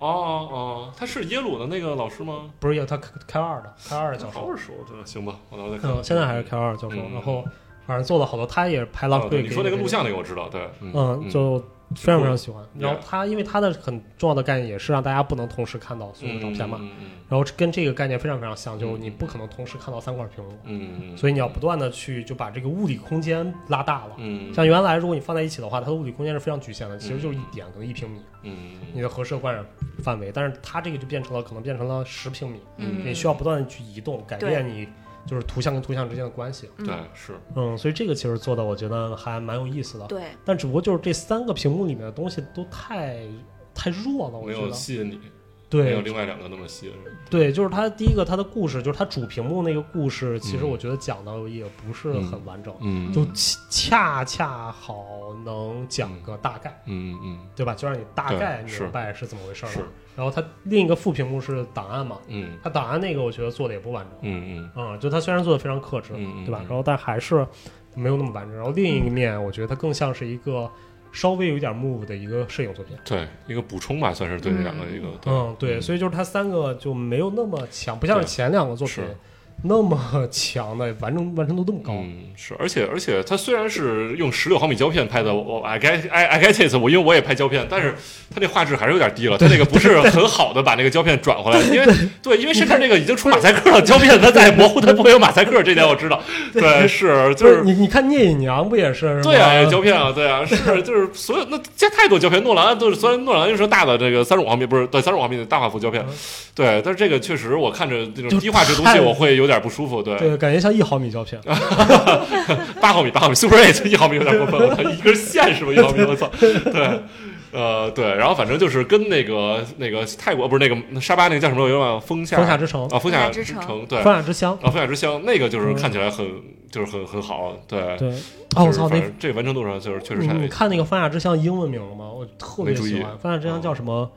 哦，他是耶鲁的那个老师吗？不是有他开开二的，开二的教好授，耳熟，这个行吧，我到时候再看。嗯，现在还是开二的教授，嗯然后反正做了好多，他也是拍 Lock 哦对 Break，你说那个给录，像那个我知道，对，嗯，就非常非常喜欢。嗯然后他因为他的很重要的概念也是让大家不能同时看到所有的照片嘛，嗯嗯然后跟这个概念非常非常像，就是嗯你不可能同时看到三块屏幕，嗯嗯，所以你要不断的去就把这个物理空间拉大了。嗯像原来如果你放在一起的话，它的物理空间是非常局限的，其实就是一点，可能一平米，你嗯的核射观染范围。但是它这个就变成了可能变成了十平米，嗯你需要不断的去移动，改变你就是图像跟图像之间的关系。对是嗯，所以这个其实做的我觉得还蛮有意思的。对，但只不过就是这三个屏幕里面的东西都太太弱了，我没觉有得。吸引你，没对有另外两个那么吸引人。对，就是它第一个它的故事，就是它主屏幕那个故事，其实嗯我觉得讲的也不是很完整，嗯就恰恰恰好能讲个大概。嗯嗯对吧？就让你大对概是明白是怎么回事儿是了。然后它另一个副屏幕是档案嘛，嗯它档案那个我觉得做的也不完整，嗯嗯，就它虽然做的非常克制，嗯嗯对吧？嗯然后但还是没有那么完整。然后另一面，我觉得它更像是一个稍微有一点 move 的一个摄影作品。对，一个补充吧，算是对这两个一个嗯，对，所以就是它三个就没有那么强，不像是前两个作品是那么强的完成完成度那么高。嗯，是，而且而且它虽然是用十六毫米胶片拍的，我 I get I I get it，我因为我也拍胶片，但是它那画质还是有点低了，它那个不是很好的把那个胶片转回来，因为对，因为甚至那个已经出马赛克了，胶片它再模糊它不会有马赛克，这点我知道，对，是就不是你你看聂隐娘不也是？对是啊，吧胶片啊，对啊，是就是所有那这太多胶片，诺兰都是虽然诺兰就说大的这个三十五毫米不是对三十五毫米的大画幅胶片，对，但是这个确实我看着这种嗯就低画质东西太我会有点不舒服，对，对，感觉像一毫米胶片。啊八毫米八毫米 Super Eight 一毫米有点过分了，一根线是吧？一毫米我 [LAUGHS] 操，对。呃，对，然后反正就是跟那个那个泰国不是那个沙巴那个叫什么我有点忘了，风夏风夏之城啊，风夏夏之城城对，风啊，雅之乡，风夏之乡那个就是看起来很就是很很好，对，对，啊，就我是操，反那嗯正这完成度上就是确实你差点你意思，看那个《风雅之乡》英文名了吗？我特别没注意喜欢《风雅之乡》叫什么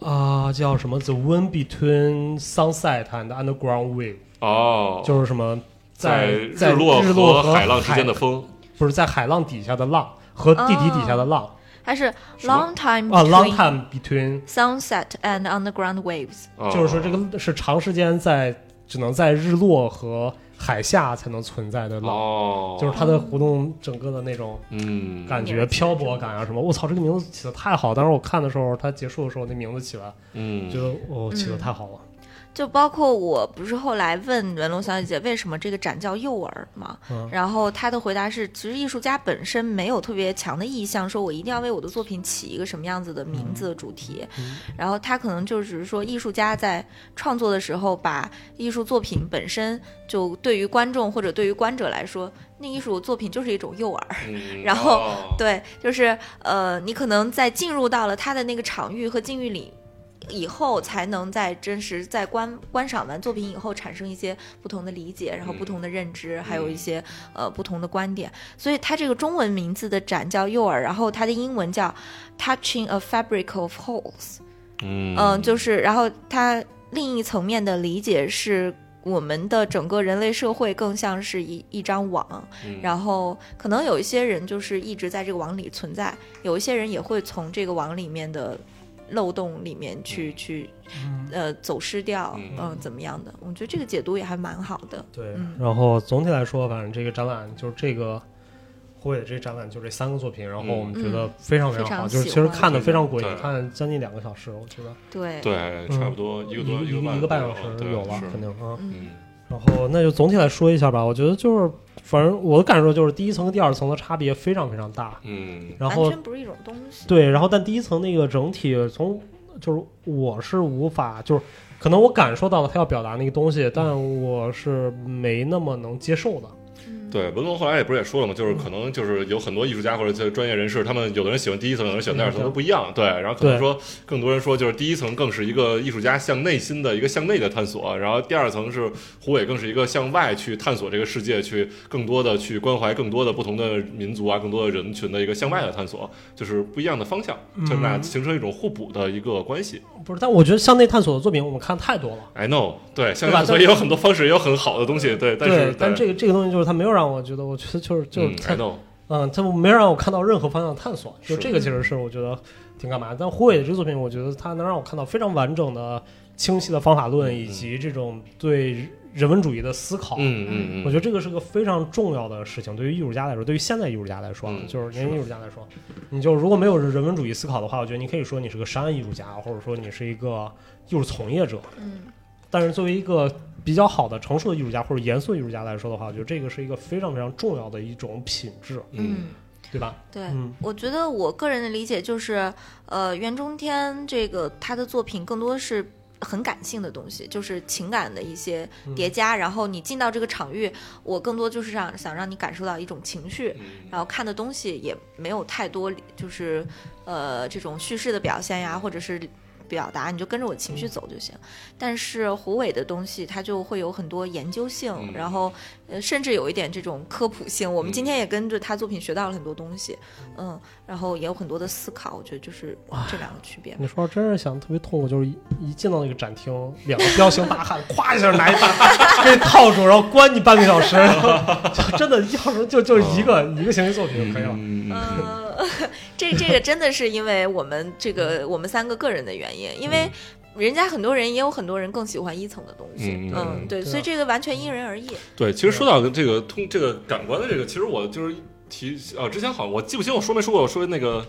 啊、叫什么？The wind between sunset and underground wave，、哦，就是什么在日在落日落海浪之间的，风，不是在海浪底下的浪和地底底下的浪它是什么 long time 啊、 between ，long time between， sunset and underground waves。哦就是说这个是长时间在只能在日落和海下才能存在的浪，哦，就是它的活动整个的那种。嗯，感觉漂泊感啊什么，我操，这个名字起的太好！当时我看的时候，它结束的时候那名字起来，嗯觉得哦起的太好了。就包括我不是后来问文龙小姐姐为什么这个展叫幼儿嘛，嗯然后她的回答是，其实艺术家本身没有特别强的意向，说我一定要为我的作品起一个什么样子的名字的主题，然后他可能就只是说艺术家在创作的时候，把艺术作品本身就对于观众或者对于观者来说，那艺术作品就是一种诱饵，嗯然后哦对，就是呃，你可能在进入到了他的那个场域和境遇里。以后才能在真实在观观赏完作品以后产生一些不同的理解，然后不同的认知，还有一些呃不同的观点。所以它这个中文名字的展叫幼儿，然后它的英文叫 Touching a Fabric of Holes。嗯嗯，就是，然后它另一层面的理解是，我们的整个人类社会更像是一一张网，嗯然后可能有一些人就是一直在这个网里存在，有一些人也会从这个网里面的漏洞里面去去嗯呃走失掉，嗯嗯、怎么样的？我觉得这个解读也还蛮好的。对嗯然后总体来说，反正这个展览就是这个。火野这展览就这三个作品，然嗯后我们觉得非常常好，嗯就是其实看的非常过瘾非，常喜看将近两个小时，我觉得对，对，差不多一个多嗯一个个半一个半小时对有了是，肯定啊。嗯，然后那就总体来说一下吧，我觉得就是，反正我的感受就是第一层跟第二层的差别非常非常大。嗯然完后全不是一种东西。对，然后但第一层那个整体从就是我是无法就是。可能我感受到了他要表达那个东西，但我是没那么能接受的。嗯，对，文龙后来也不是也说了嘛，就是可嗯能就是有很多艺术家或者就是专业人士，他们有的人喜欢第一层，有的人喜欢第二层，嗯都不一样。对，然后可能说更多人说就是第一层更是一个艺术家向内心的一个向内的探索，然后第二层是胡伟更是一个向外去探索这个世界，去更多的去关怀更多的不同的民族啊，更多的人群的一个向外的探索，就是不一样的方向，嗯就是俩形成一种互补的一个关系。不是，但我觉得向内探索的作品我们看太多了， I know，对，向对吧外所以有很多方式，也有很好的东西，对，但是对，但这个这个东西就是他没有让我觉得，我觉得就是就嗯是他，I know，嗯，他没让我看到任何方向的探索，就是这个其实是我觉得挺干嘛的。但胡伟的这个作品，我觉得他能让我看到非常完整的、清晰的方法论，以及这种对人文主义的思考。嗯嗯嗯，我觉得这个是个非常重要的事情，对于艺术家来说，对于现代艺术家来说，啊，嗯就是年轻艺术家来说，你就如果没有人文主义思考的话，我觉得你可以说你是个商业艺术家，或者说你是一个艺术从业者。嗯，但是作为一个比较好的成熟的艺术家或者严肃的艺术家来说的话，我觉得这个是一个非常非常重要的一种品质，嗯。对吧？对。嗯我觉得我个人的理解就是，呃，袁中天这个他的作品更多是很感性的东西，就是情感的一些嗯叠加。然后你进到这个场域，我更多就是让想让你感受到一种情绪，嗯然后看的东西也没有太多，就是呃这种叙事的表现呀，或者是表达，你就跟着我情绪走就行。但是胡伟的东西，它就会有很多研究性，嗯然后呃甚至有一点这种科普性。我们嗯今天也跟着他作品学到了很多东西，嗯，然后也有很多的思考，我觉得就是这两个区别。你说真是想特别痛苦，就是一一进到那个展厅，两个彪形大汉咵一下拿一把 [LAUGHS] 给套住，然后关你半个小时，然后就真的要是就就一个、一个行为作品就可以了。嗯嗯呃， [LAUGHS] 这这个真的是因为我们这个嗯我们三个个人的原因，因为人家很多人也有很多人更喜欢一层的东西，嗯嗯，嗯对，对啊所以这个完全因人而异。对，其实说到这个通这个感官的这个，其实我就是提啊，之前好像我记不清我说没说过，我说那个，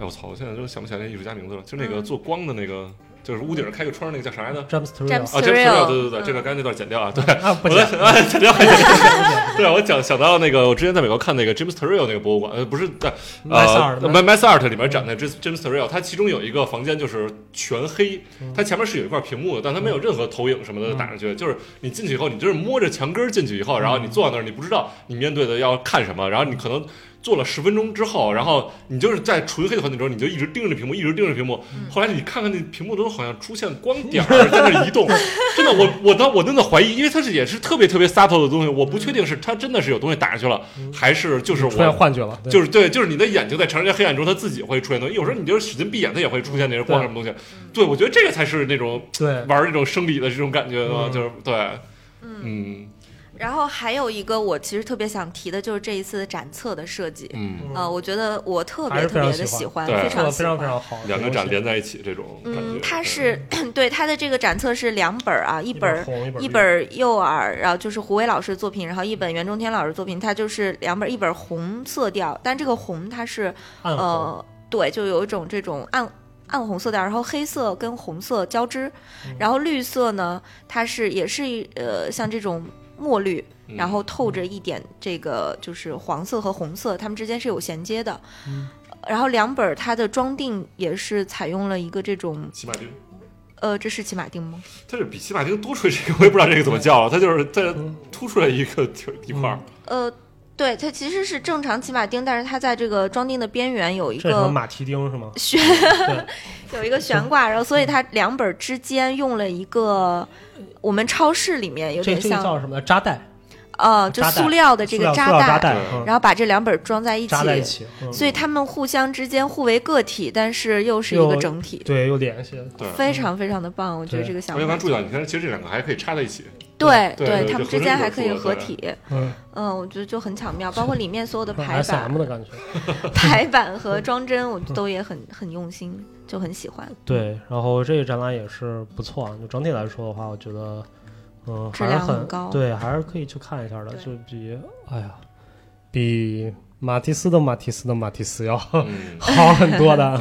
哎我操，我现在都想不起来那艺术家名字了，就那个嗯做光的那个，就是屋顶上开个窗儿那个叫啥来着？ James t u r r e l James 啊，这个 Surreal，对对对，嗯这个刚才那段剪掉啊，对。啊，不 [LAUGHS] 我行在，呃想，哎，剪掉，剪掉对，我讲想到那个，我之前在美国看那个 James Turrell 那个博物馆，呃，不是，在麦塞尔呃的 m a s Art 里面展的 James James Turrell，它其中有一个房间就是全黑嗯，它前面是有一块屏幕的，但它没有任何投影什么的嗯打上去，就是你进去以后，你就是摸着墙根儿进去以后，然后嗯你坐在那儿，你不知道你面对的要看什么，然后你可能。坐了十分钟之后，然后你就是在纯黑的环境中，你就一直盯着屏幕，一直盯着屏幕。嗯后来你看看那屏幕中好像出现 [LAUGHS] 光点儿在那移动，真的，我我当我真的怀疑，因为它是也是特别特别 subtle 的东西，我不嗯确定是它真的是有东西打上去了，还是就是出现我。幻觉了，对就是对，就是你的眼睛在长时间黑暗中，它自己会出现东西。有时候你就是使劲闭眼，它也会出现那些光什么东西。对，我觉得这个才是那种对，玩那种生理的这种感觉嘛，嗯就是对，嗯然后还有一个我其实特别想提的就是这一次的展册的设计，嗯，呃，我觉得我特还别是特非常别的喜喜欢，对做的非嗯常非喜常非欢。常好，两个展连连在一起这种感觉。嗯，它对是 [COUGHS] 对它的这个展册是两本儿啊，一一本本儿红一一本本绿儿幼儿，然后就是胡伟老师的作品，然后一本袁中天老师的作品，它就是两本儿，一本儿红色调，但这个红它是暗红，呃，对，就有一种这种暗暗红色调，然后黑色跟红色交织，嗯然后绿色呢，它是也是一呃像这种墨绿，嗯嗯然后透着一点这个就是黄色和红色，它们之间是有衔接的。嗯然后两本儿它的装订也是采用了一个这种，骑马丁，呃，这是骑马丁吗？它是比骑马丁多出来这个，我也不知道这个怎么叫了，它就是它嗯突出来一个地儿一块儿，呃，对，它其实是正常骑马丁，但是它在这个装订的边缘有一这是什么个马蹄钉是吗？悬对， [LAUGHS] 有一个悬挂，然后所以它两本儿之间用了一个我们超市里面有这点这个像叫什么来？扎带，呃，就扎带塑料的这塑个料塑料扎带，嗯然后把这两本儿装在一起扎，在一起，嗯所以它们互相之间互为个体，但是又是一又个整体，对，有联系，对。非常非常的棒。我觉得对这个我想刚法刚，注意到，你看，其实这两个还可以插在一起。对对对它就们合之间成还一可个以合合对体，嗯嗯，我觉得就很 [LAUGHS] 巧妙，包括里面所有的排，S 版 M 的感觉。 [LAUGHS] 排版和装帧，我都也很很用心，就很喜嗯欢。嗯对，然后这个展览也是不错，啊，就整体来说的话，我觉得，嗯、质还是量很很高对，还是可以去看一下的，对就比，哎呀，比马蒂斯的马蒂斯的马蒂斯要 [LAUGHS] 嗯， [LAUGHS] 好很多的。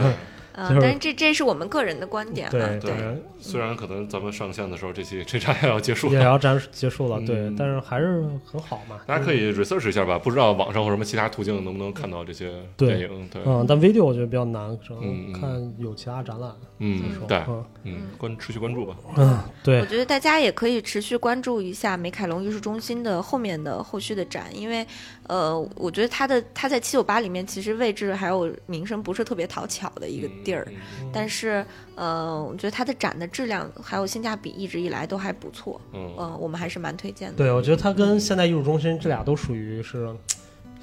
嗯、就是但是这这是我们个人的观点啊对，对对，虽然可能咱们上线的时候，这期这站也要结束也了。要结结束了，对嗯，但是还是很好嘛。大家可以 research 一下吧，不知道网上或什么其他途径能不能看到这些电对影。对，嗯，但 video 我觉得比较难，可嗯嗯能看有其他展览。嗯，对，嗯嗯，关持续关注吧。嗯，对我，觉得大家也可以持续关注一下美凯龙艺术中心的后面的后续的展，因为，呃，我觉得它的它在七九八里面其实位置还有名声不是特别讨巧的一个地儿，嗯但是，呃，我觉得它的展的质量还有性价比一直以来都还不错，嗯，嗯呃，我们还是蛮推荐的。对，我觉得它跟现代艺术中心这俩都属于是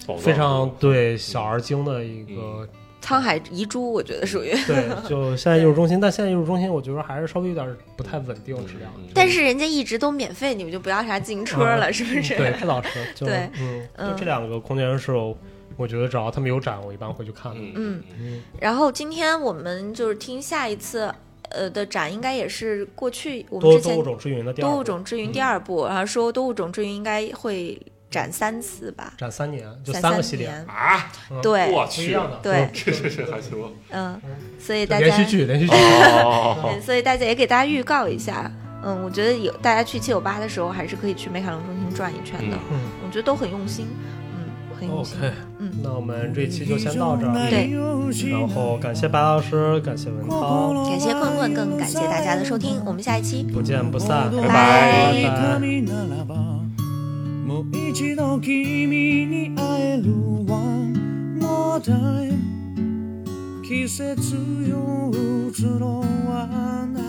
宝藏非常嗯对小而精的一个，沧海遗珠，我觉得属于， [LAUGHS] 对，就现代艺术中心，但现代艺术中心我觉得还是稍微有点不太稳定质量。嗯嗯但是人家一直都免费，你们就不要啥自行车啊了，是不是？对，这倒是，就对嗯，嗯就这两个空间是我，我觉得只要他们有展，我一般会去看的。嗯嗯嗯嗯，然后今天我们就是听下一次呃的展，应该也是过去我们多之多前物种之云的第二多物部嗯种之云》第二部，然后说多物种之云应该会展三次吧，展三年，就展三三个系列，年。啊，嗯对，我不一去，样的，对嗯这这这还行吗？嗯嗯，所以大家连续剧，连续剧，哦对，所以大家也给大家预告一下，嗯，我觉得有大家去七九八的时候，还是可以去美凯龙中心转一圈的，嗯我觉得都很用心，嗯，很用心。 OK，嗯那我们这期就先到这儿。对然后感谢白老师，感谢文嗯涛，感谢棍棍，更感谢大家的收听，我们下一期不见不散，拜拜拜拜神ならばもう一度君に会えるわもうだい季節よ移ろわない